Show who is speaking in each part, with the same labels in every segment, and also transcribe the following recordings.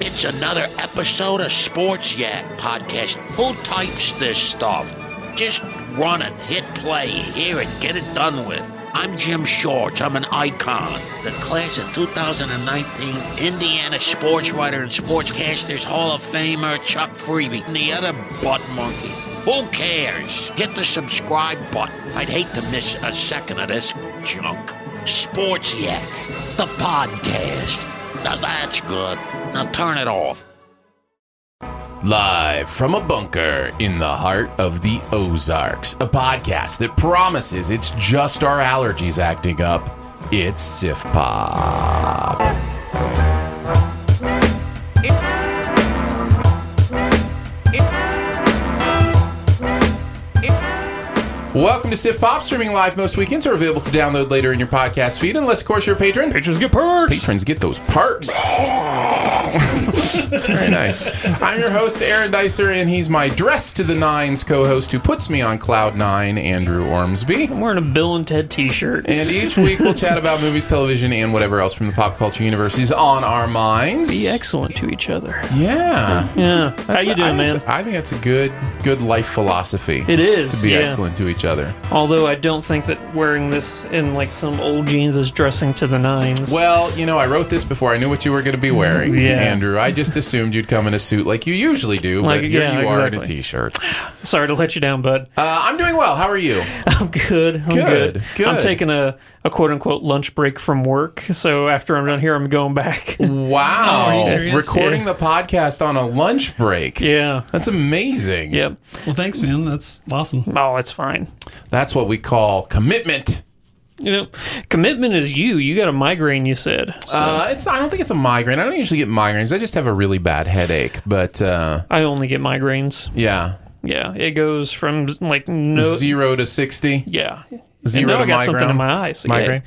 Speaker 1: It's another episode of Sports Yak Podcast. Who types this stuff? Just run it, hit play, hear it, get it done with. I'm Jim Shorts. I'm an icon. The class of 2019 Indiana sports writer and sportscasters Hall of Famer Chuck Freebie and the other butt monkey. Who cares? Hit the subscribe button. I'd hate to miss a second of this junk. Sports Yak, the podcast. Now that's good. Now turn it off.
Speaker 2: Live from a bunker in the heart of the Ozarks, a podcast that promises it's just our allergies acting up. It's Sif Pop. Welcome to Sif Pop, streaming live most weekends or available to download later in your podcast feed, unless, of course, you're a patron.
Speaker 3: Patrons get perks.
Speaker 2: Patrons get those perks. Very nice. I'm your host, Aaron Dicer, and he's my dress to the nines co host who puts me on Cloud Nine, Andrew Ormsby.
Speaker 3: I'm wearing a Bill and Ted T-shirt.
Speaker 2: And each week we'll chat about movies, television, and whatever else from the pop culture universe is on our minds.
Speaker 3: Be excellent to each other.
Speaker 2: Yeah.
Speaker 3: Yeah.
Speaker 2: That's-
Speaker 3: How you doing,
Speaker 2: I think
Speaker 3: man?
Speaker 2: it's- I think that's a good, good life philosophy.
Speaker 3: It is,
Speaker 2: to be
Speaker 3: yeah.
Speaker 2: excellent to each other.
Speaker 3: Although I don't think that wearing this in like some old jeans is dressing to the nines.
Speaker 2: Well, you know, I wrote this before I knew what you were going to be wearing,
Speaker 3: Yeah.
Speaker 2: Andrew. I just assumed you'd come in a suit like you usually do,
Speaker 3: Like,
Speaker 2: but here
Speaker 3: yeah,
Speaker 2: you are in a
Speaker 3: exactly.
Speaker 2: t-shirt. Uh,
Speaker 3: Sorry to let you down, bud.
Speaker 2: I'm doing well. How are you?
Speaker 3: I'm good. I'm
Speaker 2: Good,
Speaker 3: good.
Speaker 2: good.
Speaker 3: I'm taking a, a quote unquote lunch break from work. So after I'm done here, I'm going back. Oh,
Speaker 2: Wow,
Speaker 4: you serious?
Speaker 2: recording the podcast on a lunch break.
Speaker 3: yeah.
Speaker 2: That's amazing.
Speaker 3: Yep.
Speaker 4: Well, thanks, man. That's awesome.
Speaker 3: Oh, it's fine.
Speaker 2: That's what we call commitment.
Speaker 3: You know, commitment is you. You got a migraine, you said. So
Speaker 2: Uh, it's. I don't think it's a migraine. I don't usually get migraines. I just have a really bad headache. But uh,
Speaker 3: I only get migraines.
Speaker 2: yeah,
Speaker 3: Yeah. It goes from like no.
Speaker 2: zero to sixty.
Speaker 3: yeah.
Speaker 2: Zero
Speaker 3: and now
Speaker 2: to
Speaker 3: I got something
Speaker 2: migraine.
Speaker 3: in my eyes. Yeah.
Speaker 2: Migraine.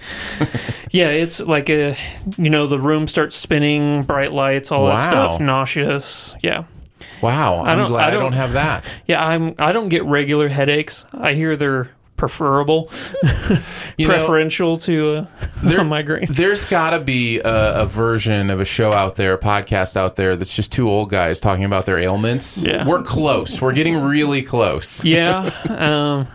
Speaker 3: Yeah, it's like a, you know, the room starts spinning, bright lights, all that
Speaker 2: Wow.
Speaker 3: stuff, nauseous. Yeah,
Speaker 2: Wow.
Speaker 3: I
Speaker 2: I'm
Speaker 3: don't-
Speaker 2: glad
Speaker 3: I
Speaker 2: I don't
Speaker 3: don't-
Speaker 2: have that.
Speaker 3: yeah. I'm I don't get regular headaches. I hear they're preferable,
Speaker 2: You know-
Speaker 3: preferential to a,
Speaker 2: There-
Speaker 3: a migraine.
Speaker 2: There's got to be a, a version of a show out there, a podcast out there that's just two old guys talking about their ailments.
Speaker 3: Yeah.
Speaker 2: We're close. We're getting really close.
Speaker 3: yeah, um,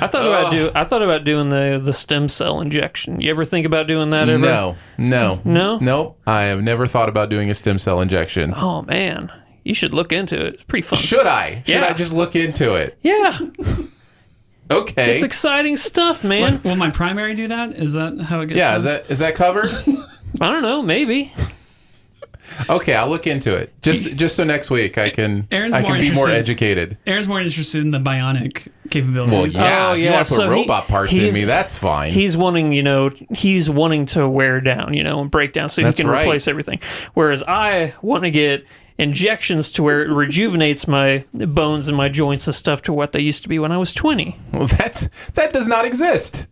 Speaker 3: I thought about do I thought about doing the the stem cell injection. You ever think about doing that ever?
Speaker 2: No, no,
Speaker 3: No?
Speaker 2: nope. I have never thought about doing a stem cell injection.
Speaker 3: Oh man, you should look into it. It's pretty fun.
Speaker 2: Should I? Should
Speaker 3: Yeah.
Speaker 2: I just look into it?
Speaker 3: Yeah,
Speaker 2: Okay.
Speaker 3: it's exciting stuff, man.
Speaker 4: Will my primary do that? Is that how it gets?
Speaker 2: yeah.
Speaker 4: done?
Speaker 2: Is that is that covered?
Speaker 3: I don't know, maybe.
Speaker 2: okay, I'll look into it. Just just so next week I can
Speaker 4: Aaron's
Speaker 2: I can
Speaker 4: more
Speaker 2: be more
Speaker 4: interested.
Speaker 2: educated.
Speaker 4: Aaron's more interested in the bionic
Speaker 2: Well,
Speaker 4: capabilities.
Speaker 2: yeah.
Speaker 3: Oh,
Speaker 2: if you
Speaker 3: yeah,
Speaker 2: want to put
Speaker 3: so he-
Speaker 2: robot parts in
Speaker 3: he's-
Speaker 2: me, that's fine.
Speaker 3: he's wanting you know he's wanting to wear down you know and break down so
Speaker 2: That's
Speaker 3: he can
Speaker 2: right.
Speaker 3: replace everything whereas i want to get injections to where it rejuvenates my bones and my joints and stuff to what they used to be when i was 20
Speaker 2: Well, that that does not exist.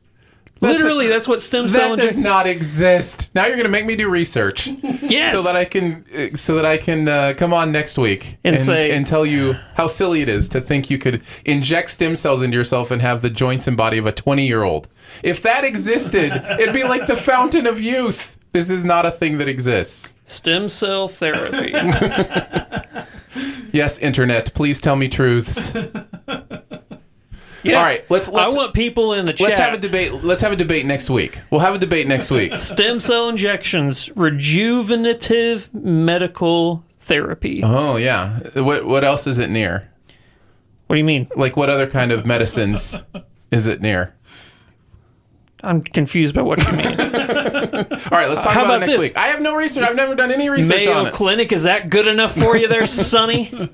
Speaker 3: Literally, that's what stem cell
Speaker 2: That does
Speaker 3: injection.
Speaker 2: not exist. Now you're going to make me do research
Speaker 3: Yes.
Speaker 2: so that I can uh, so that I can uh, come on next week
Speaker 3: And say-
Speaker 2: and tell you how silly it is to think you could inject stem cells into yourself and have the joints and body of a 20 year old. If that existed, it'd be like the fountain of youth. This is not a thing that exists.
Speaker 3: stem cell therapy.
Speaker 2: Yes, internet, please tell me truths.
Speaker 3: Yeah.
Speaker 2: All right, let's let's
Speaker 3: I want people in the chat.
Speaker 2: let's have a debate. Let's have a debate next week. We'll have a debate next week.
Speaker 3: stem cell injections, rejuvenative medical therapy.
Speaker 2: Oh yeah. What what else is it near?
Speaker 3: What do you mean?
Speaker 2: Like what other kind of medicines is it near?
Speaker 3: I'm confused by what you mean.
Speaker 2: All right, let's talk
Speaker 3: How
Speaker 2: about, it
Speaker 3: about
Speaker 2: next
Speaker 3: this?
Speaker 2: week. I have no research. I've never done any research on
Speaker 3: Mayo
Speaker 2: it.
Speaker 3: Clinic, is that good enough for you there, Sonny?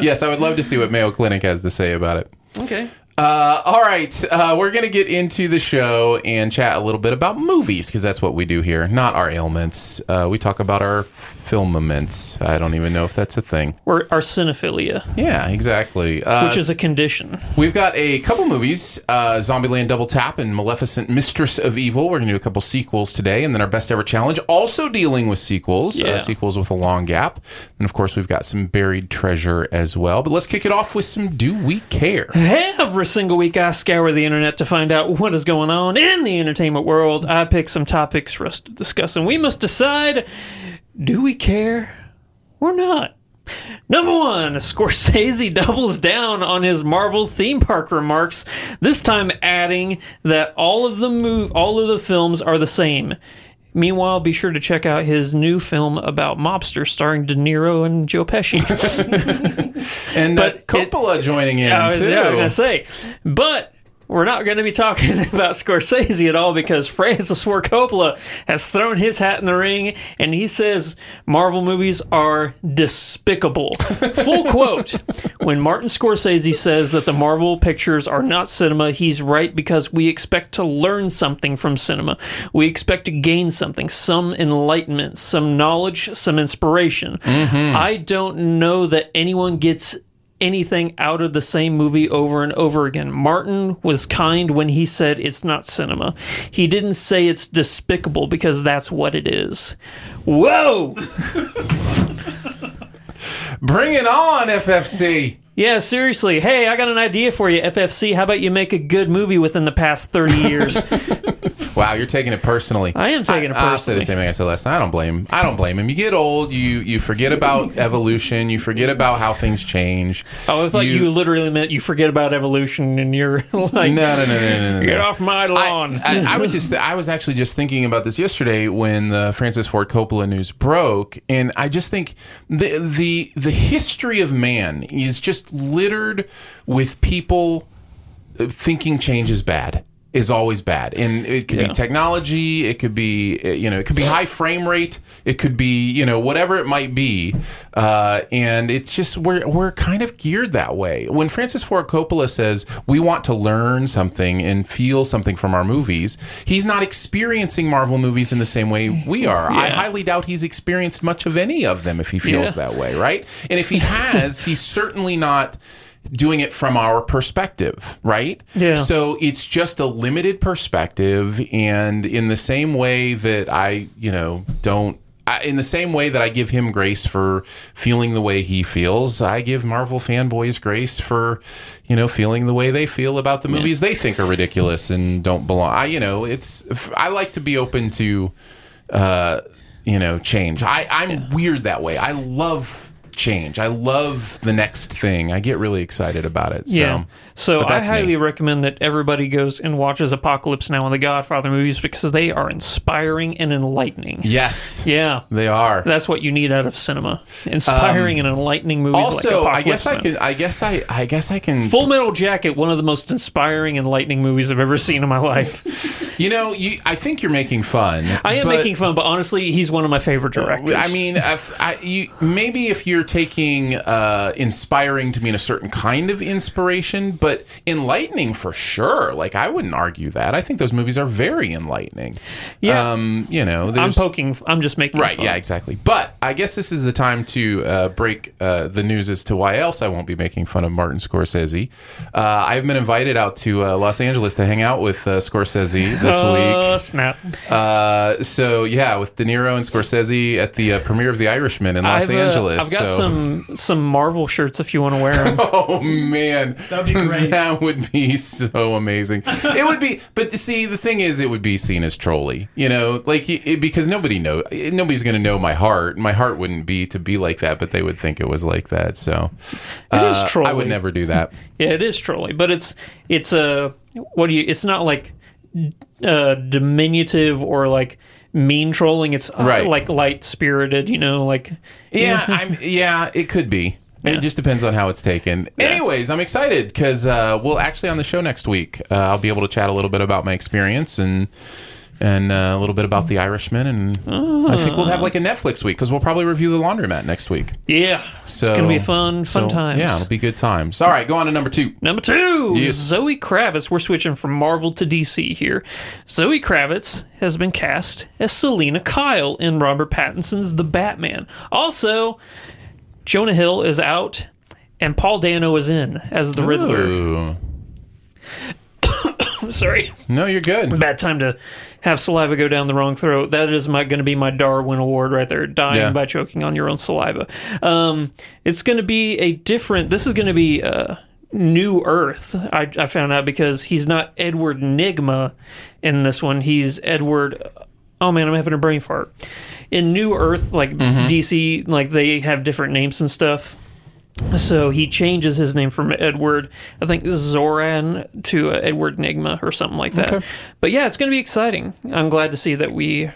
Speaker 2: yes, I would love to see what Mayo Clinic has to say about it.
Speaker 3: Okay.
Speaker 2: Uh, all right, uh, we're going to get into the show and chat a little bit about movies because that's what we do here, not our ailments. Uh, we talk about our filmaments. I don't even know if that's a thing.
Speaker 3: Or arsenophilia,
Speaker 2: Yeah, exactly. Uh,
Speaker 3: which is a condition.
Speaker 2: We've got a couple movies uh, Zombieland Double Tap and Maleficent Mistress of Evil. We're going to do a couple sequels today, and then our best ever challenge, also dealing with sequels,
Speaker 3: Yeah.
Speaker 2: uh, sequels with a long gap. And of course, we've got some buried treasure as well. But let's kick it off with some Do We Care?
Speaker 3: Every single week, I scour the internet to find out what is going on in the entertainment world. I pick some topics for us to discuss, and we must decide do we care or not? Number one, Scorsese doubles down on his Marvel theme park remarks, this time adding that all of the move, all of the films are the same. Meanwhile, be sure to check out his new film about mobsters starring De Niro and Joe Pesci.
Speaker 2: And
Speaker 3: But
Speaker 2: uh, Coppola joining in,
Speaker 3: I was,
Speaker 2: too.
Speaker 3: yeah, I was gonna say, but we're not going to be talking about Scorsese at all because Francis Ford Coppola has thrown his hat in the ring and he says Marvel movies are despicable. Full quote: When Martin Scorsese says that the Marvel pictures are not cinema, he's right because we expect to learn something from cinema. We expect to gain something, some enlightenment, some knowledge, some inspiration. I don't know that anyone gets anything out of the same movie over and over again. Martin was kind when he said it's not cinema. He didn't say it's despicable because that's what it is. Whoa!
Speaker 2: Bring it on, FFC.
Speaker 3: Yeah, seriously. Hey, I got an idea for you, FFC. How about you make a good movie within the past 30 years?
Speaker 2: Wow, you're taking it personally.
Speaker 3: I am taking it
Speaker 2: I'll say the
Speaker 3: personally.
Speaker 2: same thing I said last night. I don't blame him. I don't blame him. You get old, you you forget about evolution, you forget about how things change.
Speaker 3: oh, I thought you, literally meant you forget about evolution and you're
Speaker 2: No, no,
Speaker 3: like,
Speaker 2: no, no, no, no, no.
Speaker 3: get off my lawn.
Speaker 2: I, I, I was just I was actually just thinking about this yesterday when the Francis Ford Coppola news broke, and I just think the the the history of man is just littered with people thinking change is bad is always bad and it could be technology it could be uh, you know it could be high frame rate it could be you know whatever it might be uh, and it's just we're, we're kind of geared that way when francis ford coppola says we want to learn something and feel something from our movies he's not experiencing marvel movies in the same way we are i highly doubt he's experienced much of any of them if he feels
Speaker 3: Yeah.
Speaker 2: that way right and if he has he's certainly not doing it from our perspective, right?
Speaker 3: Yeah.
Speaker 2: So it's just a limited perspective, and in the same way that I, you know, don't. I, in the same way that I give him grace for feeling the way he feels, I give Marvel fanboys grace for, you know, feeling the way they feel about the movies they think are ridiculous and don't belong. I, you know, it's I like to be open to, uh, you know, change. I I'm weird that way. I love change. I love the next thing. I get really excited about it. So.
Speaker 3: Yeah. So
Speaker 2: But
Speaker 3: I
Speaker 2: that's me.
Speaker 3: highly recommend that everybody goes and watches Apocalypse Now and the Godfather movies because they are inspiring and enlightening.
Speaker 2: Yes.
Speaker 3: Yeah.
Speaker 2: They are.
Speaker 3: That's what you need out of cinema. Inspiring and enlightening movies like
Speaker 2: also, I
Speaker 3: Apocalypse
Speaker 2: guess I
Speaker 3: Now.
Speaker 2: can. I guess I. I guess I can.
Speaker 3: Full Metal Jacket, one of the most inspiring and enlightening movies I've ever seen in my life.
Speaker 2: You know, you. I think you're making fun.
Speaker 3: I am
Speaker 2: but- Uh,
Speaker 3: making fun, but honestly, he's one of my favorite directors.
Speaker 2: I mean, if, I, you, maybe if you're taking uh, inspiring to mean a certain kind of inspiration, but enlightening for sure. Like I wouldn't argue that. I think those movies are very enlightening.
Speaker 3: Yeah.
Speaker 2: um, you know,
Speaker 3: I'm
Speaker 2: there's-
Speaker 3: poking. I'm just making
Speaker 2: Right,
Speaker 3: fun.
Speaker 2: yeah, exactly. But I guess this is the time to uh, break uh, the news as to why else I won't be making fun of Martin Scorsese. Uh, I've been invited out to uh, Los Angeles to hang out with uh, Scorsese this
Speaker 3: Oh,
Speaker 2: week.
Speaker 3: snap.
Speaker 2: Uh, so, yeah, with De Niro and Scorsese at the uh, premiere of The Irishman in Los
Speaker 3: I've, uh,
Speaker 2: Angeles.
Speaker 3: I've got
Speaker 2: so.
Speaker 3: some some Marvel shirts if you want to wear them.
Speaker 2: Oh man,
Speaker 4: That'd be great.
Speaker 2: That would be so amazing. It would be, but to see the thing is, it would be seen as trolly, you know, like it, it- because nobody know, nobody's gonna know my heart. My heart wouldn't be to be like that, but they would think it was like that. So
Speaker 3: It
Speaker 2: uh,
Speaker 3: is
Speaker 2: I would
Speaker 3: trolly.
Speaker 2: never do that.
Speaker 3: yeah, it is trolly, but it's it's a what do you? It's not like uh, diminutive or like mean trolling. It's uh,
Speaker 2: Right.
Speaker 3: like light spirited. You know, like
Speaker 2: Yeah, I'm. Yeah, it could be. It just depends on how it's taken. Anyways, I'm excited because uh, we'll actually on the show next week. Uh, I'll be able to chat a little bit about my experience and and uh, a little bit about The Irishman, and I think we'll have like a Netflix week because we'll probably review The Laundromat next week.
Speaker 3: yeah.
Speaker 2: So
Speaker 3: it's gonna be fun, fun
Speaker 2: so,
Speaker 3: times.
Speaker 2: Yeah, it'll be good times. All right, go on to number two.
Speaker 3: Number two,
Speaker 2: Yes.
Speaker 3: Zoe Kravitz. We're switching from Marvel to DC here. Zoe Kravitz has been cast as Selena Kyle in Robert Pattinson's The Batman. Also, Jonah Hill is out, and Paul Dano is in as the Riddler.
Speaker 2: Ooh.
Speaker 3: Sorry,
Speaker 2: No, you're good.
Speaker 3: bad time to have saliva go down the wrong throat. That is my going to be my Darwin Award right there. Dying
Speaker 2: Yeah.
Speaker 3: by choking on your own saliva. Um, it's going to be a different. This is going to be uh, New Earth. I, I found out because he's not Edward Nigma in this one. He's Edward. Oh man, I'm having a brain fart. In New Earth, like DC, like they have different names and stuff. So he changes his name from Edward, I think Zoran, to uh, Edward Nigma or something like that. But yeah, it's going to be exciting. I'm glad to see that we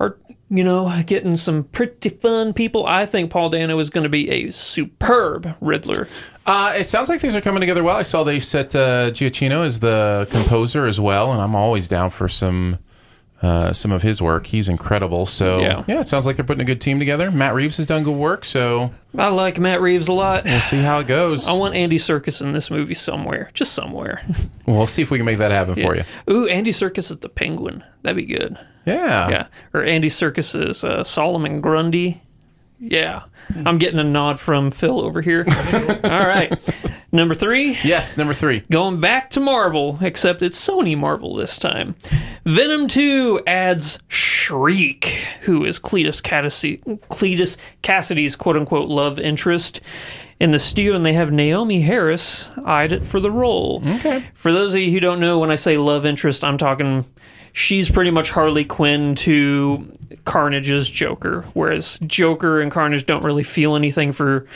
Speaker 3: are, you know, getting some pretty fun people. I think Paul Dano is going to be a superb Riddler.
Speaker 2: Uh, it sounds like things are coming together well. I saw they set uh, Giacchino as the composer as well, and I'm always down for some uh, some of his work. He's incredible. So
Speaker 3: Yeah.
Speaker 2: yeah. it sounds like they're putting a good team together. Matt Reeves has done good work, so
Speaker 3: I like Matt Reeves a lot.
Speaker 2: we'll see how it goes.
Speaker 3: I want Andy Circus in this movie somewhere, just somewhere.
Speaker 2: We'll see if we can make that happen for you.
Speaker 3: Ooh, Andy Circus is the Penguin. That'd be good.
Speaker 2: Yeah.
Speaker 3: Yeah, or Andy Circus's uh, Solomon Grundy. Yeah, I'm getting a nod from Phil over here. All right, number three.
Speaker 2: Yes, number three.
Speaker 3: Going back to Marvel, except it's Sony Marvel this time. Venom 2 adds Shriek, who is Cletus, Cassidy, Cletus Cassidy's quote unquote love interest, in the studio, and they have Naomi Harris eyed it for the role. Okay. For those of you who don't know, when I say love interest, I'm talking she's pretty much Harley Quinn to Carnage's Joker, whereas Joker and Carnage don't really feel anything for.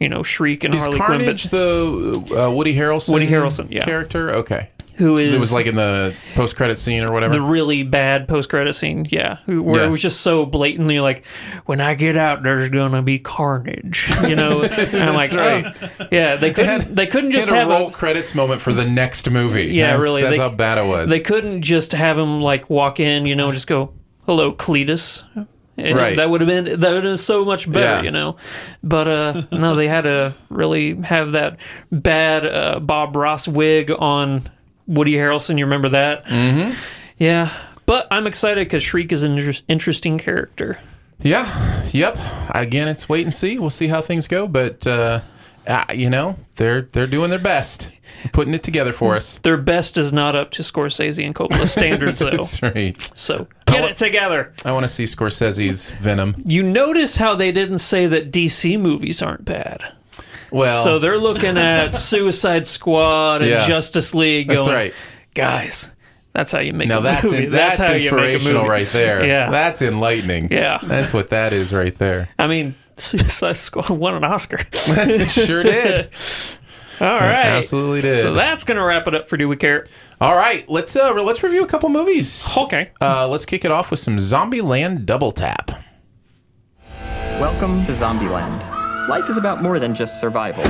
Speaker 3: You know, Shriek and
Speaker 2: Is
Speaker 3: Harley Quinn, but
Speaker 2: Carnage the uh, Woody Harrelson?
Speaker 3: Woody Harrelson, yeah.
Speaker 2: character. Okay,
Speaker 3: who is
Speaker 2: it was like in the post-credit scene or whatever.
Speaker 3: the really bad post credit scene. Yeah, who- where it
Speaker 2: Yeah.
Speaker 3: was just so blatantly like, when I get out, there's gonna be carnage. You know, and I'm like,
Speaker 2: right.
Speaker 3: oh. yeah, they couldn't. They, couldn't just
Speaker 2: They had
Speaker 3: have
Speaker 2: a roll
Speaker 3: a,
Speaker 2: credits moment for the next movie.
Speaker 3: Yeah,
Speaker 2: That's-
Speaker 3: really,
Speaker 2: That's
Speaker 3: they-
Speaker 2: how bad it was.
Speaker 3: they couldn't just have him like walk in. You know, and just go, hello, Cletus. And
Speaker 2: Right.
Speaker 3: That would have been that would have been so much better,
Speaker 2: Yeah.
Speaker 3: you know. But uh no, they had to really have that bad uh, Bob Ross wig on Woody Harrelson. You remember that? Mm-hmm. Yeah. But I'm excited because Shriek is an inter- interesting character.
Speaker 2: Yeah. Yep. Again, it's wait and see. We'll see how things go, but uh, uh, you know, they're they're doing their best, putting it together for us.
Speaker 3: Their best is not up to Scorsese and Coppola's standards, though.
Speaker 2: That's right.
Speaker 3: So get it together.
Speaker 2: I want to see Scorsese's Venom.
Speaker 3: You notice how they didn't say that DC movies aren't bad.
Speaker 2: Well,
Speaker 3: So they're looking at Suicide Squad and
Speaker 2: Yeah.
Speaker 3: Justice League. Going,
Speaker 2: that's right.
Speaker 3: guys. That's how you make
Speaker 2: Now
Speaker 3: a
Speaker 2: that's
Speaker 3: movie.
Speaker 2: in, that's,
Speaker 3: how you make a
Speaker 2: inspirational
Speaker 3: movie.
Speaker 2: right there.
Speaker 3: Yeah.
Speaker 2: That's enlightening.
Speaker 3: Yeah.
Speaker 2: That's what that is right there.
Speaker 3: I mean, Suicide Squad won an Oscar. All
Speaker 2: It sure did.
Speaker 3: right,
Speaker 2: absolutely did.
Speaker 3: So that's gonna wrap it up for Do We Care?
Speaker 2: All right, let's uh re- let's review a couple movies.
Speaker 3: Okay.
Speaker 2: Uh, let's kick it off with some Zombieland Double Tap.
Speaker 5: Welcome to Zombieland. Life is about more than just survival.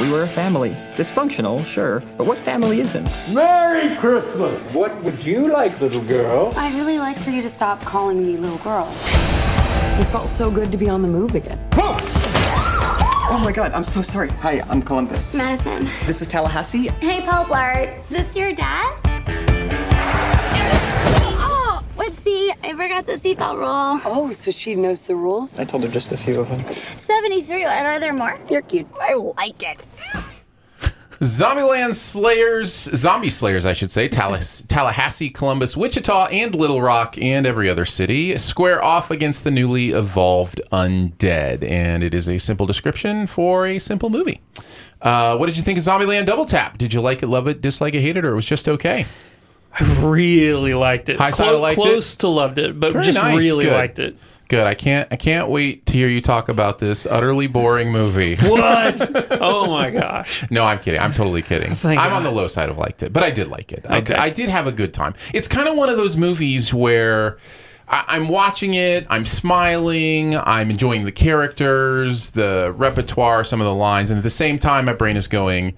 Speaker 5: We were a family. Dysfunctional, sure, but what family isn't?
Speaker 6: Merry Christmas! What would you like, little girl?
Speaker 7: I'd really like for you to stop calling me little girl.
Speaker 8: It felt so good to be on the move again.
Speaker 6: Whoa!
Speaker 5: Oh my god, I'm so sorry. Hi, I'm Columbus.
Speaker 7: Madison.
Speaker 5: This is Tallahassee.
Speaker 7: Hey, Paul Blart. Is this your dad? Oh, whoopsie. I forgot the seatbelt rule.
Speaker 8: Oh, so she knows the rules?
Speaker 5: I told her just a few of them.
Speaker 7: 73. Are there more?
Speaker 8: You're cute. I like it.
Speaker 2: Zombieland Slayers, Zombie Slayers, I should say, Tallas- Tallahassee, Columbus, Wichita, and Little Rock, and every other city square off against the newly evolved undead. And it is a simple description for a simple movie. Uh, what did you think of Zombieland Double Tap? Did you like it, love it, dislike it, hate it, or it was just okay?
Speaker 3: Really liked it.
Speaker 2: High side, I liked it.
Speaker 3: close to loved it, but
Speaker 2: Very
Speaker 3: just
Speaker 2: nice,
Speaker 3: really
Speaker 2: good.
Speaker 3: liked it.
Speaker 2: Good. I can't. I can't wait to hear you talk about this utterly boring movie.
Speaker 3: What? oh my gosh.
Speaker 2: No, I'm kidding. I'm totally kidding.
Speaker 3: Thank
Speaker 2: I'm
Speaker 3: God.
Speaker 2: on the low side of liked it, but I did like it. I, d-
Speaker 3: Okay.
Speaker 2: I did have a good time. It's kind of one of those movies where I, I'm watching it, I'm smiling, I'm enjoying the characters, the repertoire, some of the lines, and at the same time, my brain is going.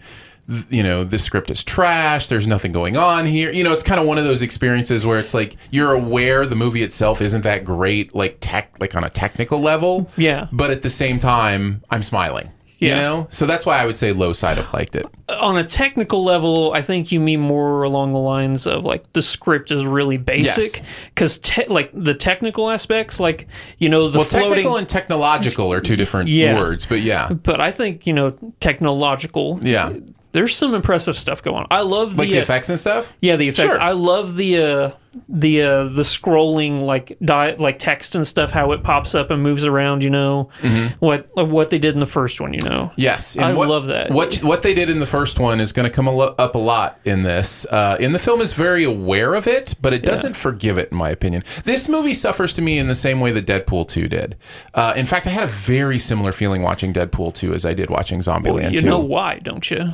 Speaker 2: th- You know, this script is trash. There's nothing going on here. You know, it's kind of one of those experiences where it's like you're aware the movie itself isn't that great, like tech, like on a technical level.
Speaker 3: Yeah.
Speaker 2: But at the same time, I'm smiling. You
Speaker 3: Yeah.
Speaker 2: know, so that's why I would say low side of liked it.
Speaker 3: On a technical level, I think you mean more along the lines of like the script is really basic because te- like the technical aspects, like you know the
Speaker 2: Well,
Speaker 3: floating.
Speaker 2: technical and technological are two different
Speaker 3: Yeah.
Speaker 2: words, but yeah,
Speaker 3: but I think you know technological.
Speaker 2: yeah,
Speaker 3: There's some impressive stuff going on. I love
Speaker 2: like
Speaker 3: the,
Speaker 2: the
Speaker 3: uh,
Speaker 2: effects and stuff.
Speaker 3: Yeah, the effects.
Speaker 2: Sure.
Speaker 3: I love the uh, the uh, the scrolling like di- like text and stuff. How it pops up and moves around. You know
Speaker 2: Mm-hmm.
Speaker 3: what what they did in the first one. You know.
Speaker 2: Yes,
Speaker 3: I
Speaker 2: what,
Speaker 3: love that.
Speaker 2: What what they did in the first one is going to come a lo- up a lot in this. Uh, in the film, is very aware of it, but it doesn't forgive it, in my opinion. This movie suffers to me in the same way that Deadpool two did. Uh, in fact, I had a very similar feeling watching Deadpool two as I did watching Zombieland
Speaker 3: You
Speaker 2: two.
Speaker 3: know why, don't you?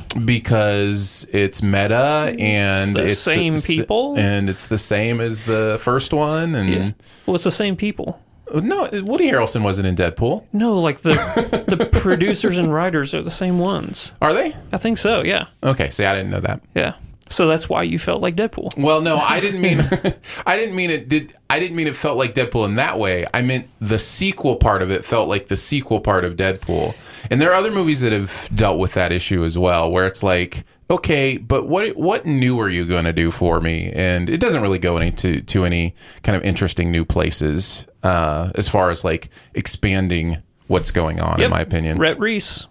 Speaker 2: because it's meta and
Speaker 3: the same
Speaker 2: s-
Speaker 3: people?
Speaker 2: and it's the same as the first one and
Speaker 3: Well, it's the same people.
Speaker 2: no Woody Harrelson wasn't in Deadpool
Speaker 3: No, like the the producers and writers are the same ones.
Speaker 2: are they
Speaker 3: I think so. Yeah,
Speaker 2: okay see I didn't know that
Speaker 3: yeah. So that's why you felt like Deadpool.
Speaker 2: well no I didn't mean I didn't mean it did I didn't mean it felt like Deadpool in that way I meant the sequel part of it felt like the sequel part of Deadpool and there are other movies that have dealt with that issue as well where it's like okay but what what new are you going to do for me and it doesn't really go any to, to any kind of interesting new places uh, as far as like expanding what's going on in
Speaker 3: Yep.
Speaker 2: my opinion
Speaker 3: Rhett Reese.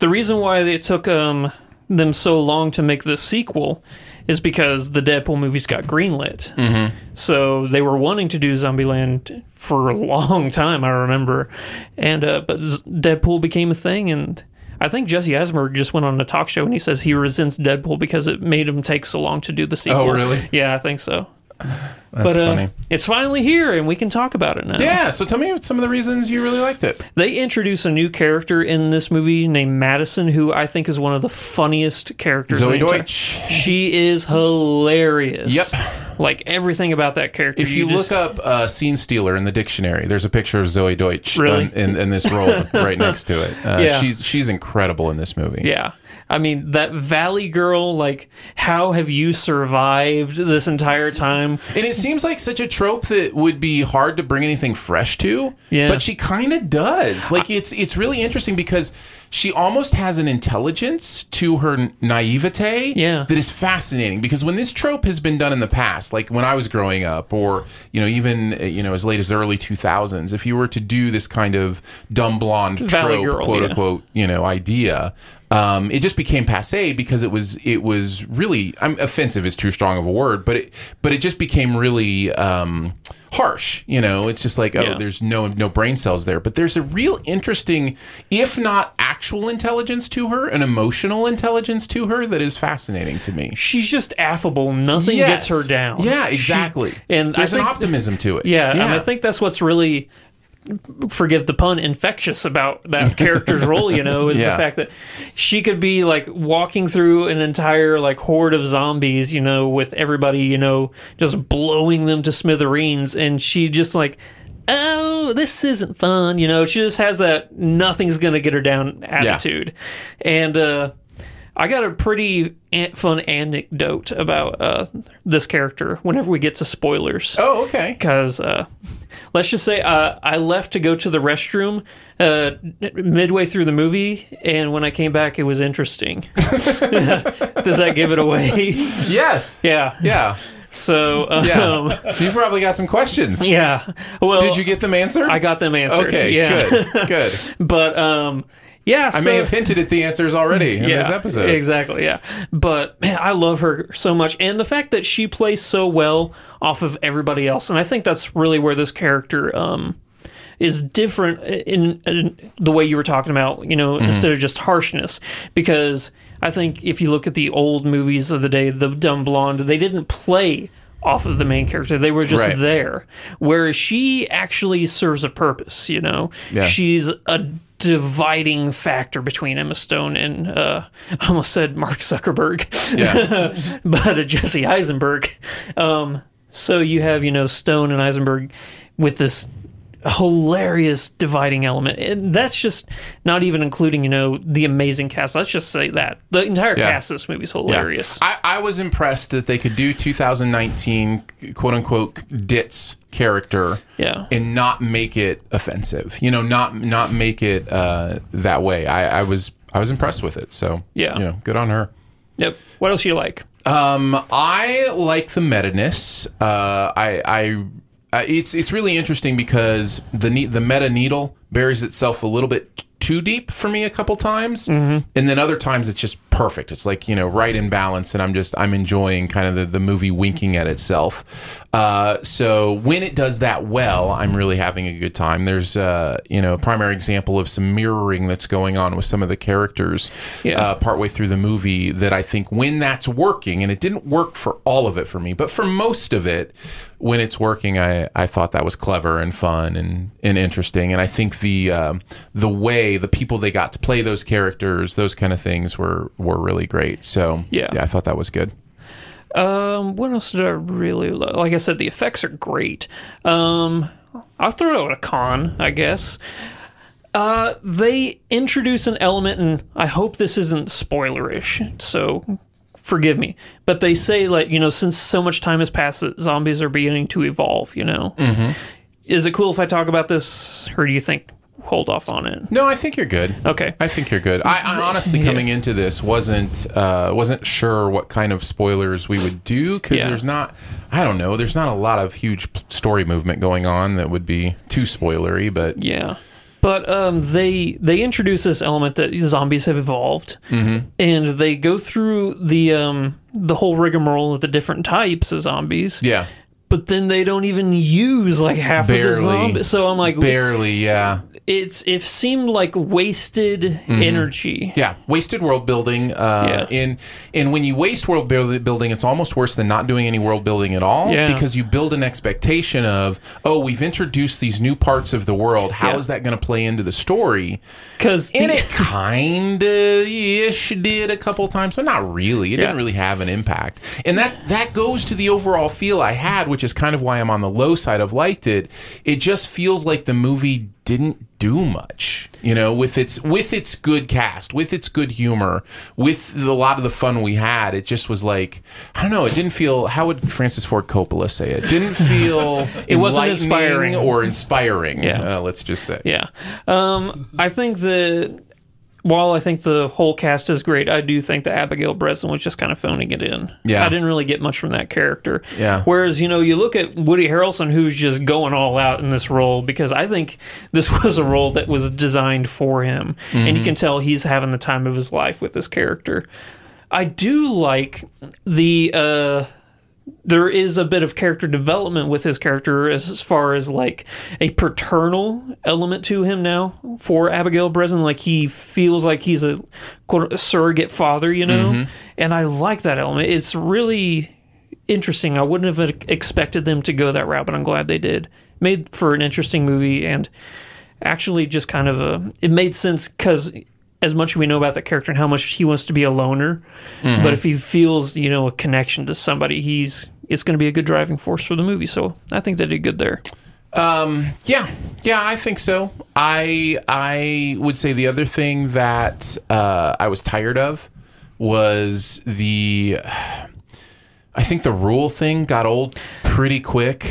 Speaker 3: The reason why it took um, them so long to make this sequel is because the Deadpool movies got greenlit. Mm-hmm. So they were wanting to do Zombieland for a long time, I remember. And uh, but Z- Deadpool became a thing, and I think Jesse Eisenberg just went on a talk show and he says he resents Deadpool because it made him take so long to do the sequel.
Speaker 2: Oh, really?
Speaker 3: Yeah, I think so.
Speaker 2: that's
Speaker 3: but uh,
Speaker 2: funny
Speaker 3: it's finally here, and we can talk about it now.
Speaker 2: yeah so tell me some of the reasons you really liked it
Speaker 3: They introduce a new character in this movie named Madison, who I think is one of the funniest characters.
Speaker 2: Zoe
Speaker 3: in the entire-
Speaker 2: Deutsch.
Speaker 3: She is hilarious.
Speaker 2: Yep.
Speaker 3: Like everything about that character.
Speaker 2: If you,
Speaker 3: just-
Speaker 2: look up uh, scene stealer in the dictionary, there's a picture of Zoe Deutsch
Speaker 3: Really?
Speaker 2: on- in, in this role right next to it. Uh,
Speaker 3: Yeah.
Speaker 2: She's she's incredible in this movie.
Speaker 3: yeah. I mean that Valley girl. Like, how have you survived this entire time?
Speaker 2: And it seems like such a trope that would be hard to bring anything fresh to.
Speaker 3: Yeah.
Speaker 2: But she kind of does. Like it's it's really interesting because she almost has an intelligence to her naivete
Speaker 3: Yeah.
Speaker 2: that is fascinating because when this trope has been done in the past, like when I was growing up or, you know, even uh, you know as late as the early 2000s, if you were to do this kind of dumb blonde
Speaker 3: Valley
Speaker 2: trope,
Speaker 3: Girl,
Speaker 2: quote
Speaker 3: yeah.
Speaker 2: unquote, you know, idea. Um, it just became passe because it was it was really I'm offensive is too strong of a word, but it but it just became really um, harsh. You know, it's just like oh,
Speaker 3: Yeah.
Speaker 2: there's no no brain cells there, but there's a real interesting, if not actual intelligence to her, an emotional intelligence to her that is fascinating to me.
Speaker 3: She's just affable. Nothing
Speaker 2: Yes.
Speaker 3: gets her down.
Speaker 2: Yeah,
Speaker 3: She-
Speaker 2: exactly.
Speaker 3: and I
Speaker 2: there's an
Speaker 3: think-
Speaker 2: optimism to it.
Speaker 3: Yeah, and I think that's what's really forgive the pun infectious about that character's role you know is
Speaker 2: Yeah.
Speaker 3: the fact that she could be like walking through an entire like horde of zombies you know with everybody you know just blowing them to smithereens and she just like oh this isn't fun you know she just has that nothing's gonna get her down attitude and uh I got a pretty an- fun anecdote about uh, this character whenever we get to spoilers.
Speaker 2: Oh, okay.
Speaker 3: Because uh, let's just say uh, I left to go to the restroom uh, midway through the movie, and when I came back, it was interesting. Does that give it away?
Speaker 2: Yes.
Speaker 3: Yeah.
Speaker 2: Yeah.
Speaker 3: So, um,
Speaker 2: Yeah. you probably got some questions.
Speaker 3: yeah. Well,
Speaker 2: Did you get them answered?
Speaker 3: I got them answered.
Speaker 2: Okay,
Speaker 3: yeah.
Speaker 2: good, good.
Speaker 3: But um, yeah.
Speaker 2: I
Speaker 3: so-
Speaker 2: may have hinted at the answers already in this episode.
Speaker 3: Exactly, yeah. But man, I love her so much. And the fact that she plays so well off of everybody else. And I think that's really where this character um, is different in, in the way you were talking about, you
Speaker 2: Mm-hmm.
Speaker 3: know, instead of just harshness. Because I think if you look at the old movies of the day, The Dumb Blonde, they didn't play off of the main character. They were just
Speaker 2: Right.
Speaker 3: there. Whereas she actually serves a purpose, you know?
Speaker 2: Yeah.
Speaker 3: She's a dividing factor between Emma Stone and, uh, I almost said Mark Zuckerberg,
Speaker 2: Yeah.
Speaker 3: but uh, Jesse Eisenberg. Um, so you have, you know, Stone and Eisenberg with this hilarious dividing element. And that's just not even including, you know, the amazing cast. Let's just say that. The entire
Speaker 2: Yeah.
Speaker 3: cast of this movie is
Speaker 2: Yeah.
Speaker 3: hilarious.
Speaker 2: I, I was impressed that they could do 2019 quote unquote ditz character
Speaker 3: Yeah.
Speaker 2: and not make it offensive. You know, not not make it uh, that way. I, I was I was impressed with it. So
Speaker 3: Yeah.
Speaker 2: you know, good on her.
Speaker 3: Yep. What else you like?
Speaker 2: Um, I like the meta-ness. Uh, I, I, I, it's it's really interesting because the ne- the meta needle buries itself a little bit t- too deep for me a couple times, and then other times it's just perfect. It's like you know right in balance, and I'm just I'm enjoying kind of the, the movie winking at itself. Uh, so when it does that well, I'm really having a good time. There's uh, you know a primary example of some mirroring that's going on with some of the characters
Speaker 3: Yeah.
Speaker 2: uh, partway through the movie that I think when that's working, and it didn't work for all of it for me, but for most of it, when it's working, I, I thought that was clever and fun and, and interesting. And I think the um, the way the people they got to play those characters, those kind of things were were really great. So
Speaker 3: Yeah.
Speaker 2: I thought that was good.
Speaker 3: Um, what else did I really love? Like I said, the effects are great. Um, I'll throw out a con, I guess. Uh, they introduce an element, and I hope this isn't spoilerish, so forgive me. But they say, like, you know, since so much time has passed, that zombies are beginning to evolve, you know? Is it cool if I talk about this, or do you think hold off on it?
Speaker 2: No, I think you're good.
Speaker 3: Okay.
Speaker 2: I think you're good. I, I honestly coming into this wasn't uh, wasn't sure what kind of spoilers we would do because
Speaker 3: Yeah.
Speaker 2: there's not I don't know there's not a lot of huge p- story movement going on that would be too spoilery, but
Speaker 3: Yeah. But um, they they introduce this element that zombies have evolved,
Speaker 2: Mm-hmm.
Speaker 3: and they go through the um, the whole rigmarole of the different types of zombies.
Speaker 2: yeah,
Speaker 3: But then they don't even use like half of the
Speaker 2: Barely.
Speaker 3: zombies. So I'm like,
Speaker 2: barely yeah
Speaker 3: it's it seemed like wasted
Speaker 2: Mm-hmm.
Speaker 3: energy.
Speaker 2: yeah wasted world building. Uh,
Speaker 3: Yeah.
Speaker 2: And and when you waste world buil- building, it's almost worse than not doing any world building at all
Speaker 3: Yeah.
Speaker 2: because you build an expectation of oh we've introduced these new parts of the world. How is
Speaker 3: Yeah.
Speaker 2: that going to play into the story?
Speaker 3: Because
Speaker 2: And it kind of ish did a couple times, but not really. It
Speaker 3: Yeah.
Speaker 2: didn't really have an impact. And that, that goes to the overall feel I had, which is kind of why I'm on the low side of liked it. It just feels like the movie didn't do much, you know, with its with its good cast, with its good humor, with the- a lot of the fun we had. It just was like I don't know, it didn't feel how would Francis Ford Coppola say it? Didn't feel
Speaker 3: It wasn't
Speaker 2: enlightening
Speaker 3: inspiring.
Speaker 2: or inspiring.
Speaker 3: Yeah.
Speaker 2: uh, let's just say.
Speaker 3: Yeah. Um, I think the while I think the whole cast is great, I do think that Abigail Breslin was just kind of phoning it in.
Speaker 2: Yeah.
Speaker 3: I didn't really get much from that character.
Speaker 2: Yeah.
Speaker 3: Whereas, you know, you look at Woody Harrelson who's just going all out in this role because I think this was a role that was designed for him. And
Speaker 2: Mm-hmm.
Speaker 3: you can tell he's having the time of his life with this character. I do like the uh there is a bit of character development with his character as, as far as like a paternal element to him now for Abigail Breslin. Like he feels like he's a quote a surrogate father, you know? And I like that element. It's really interesting. I wouldn't have expected them to go that route, but I'm glad they did. Made for an interesting movie and actually just kind of a it made sense because as much as we know about that character and how much he wants to be a loner
Speaker 2: Mm-hmm.
Speaker 3: but if he feels you know a connection to somebody he's it's going to be a good driving force for the movie so i think they did good there
Speaker 2: Yeah, yeah, I think so. I I would say the other thing that uh, I was tired of was the I think the rule thing got old pretty quick.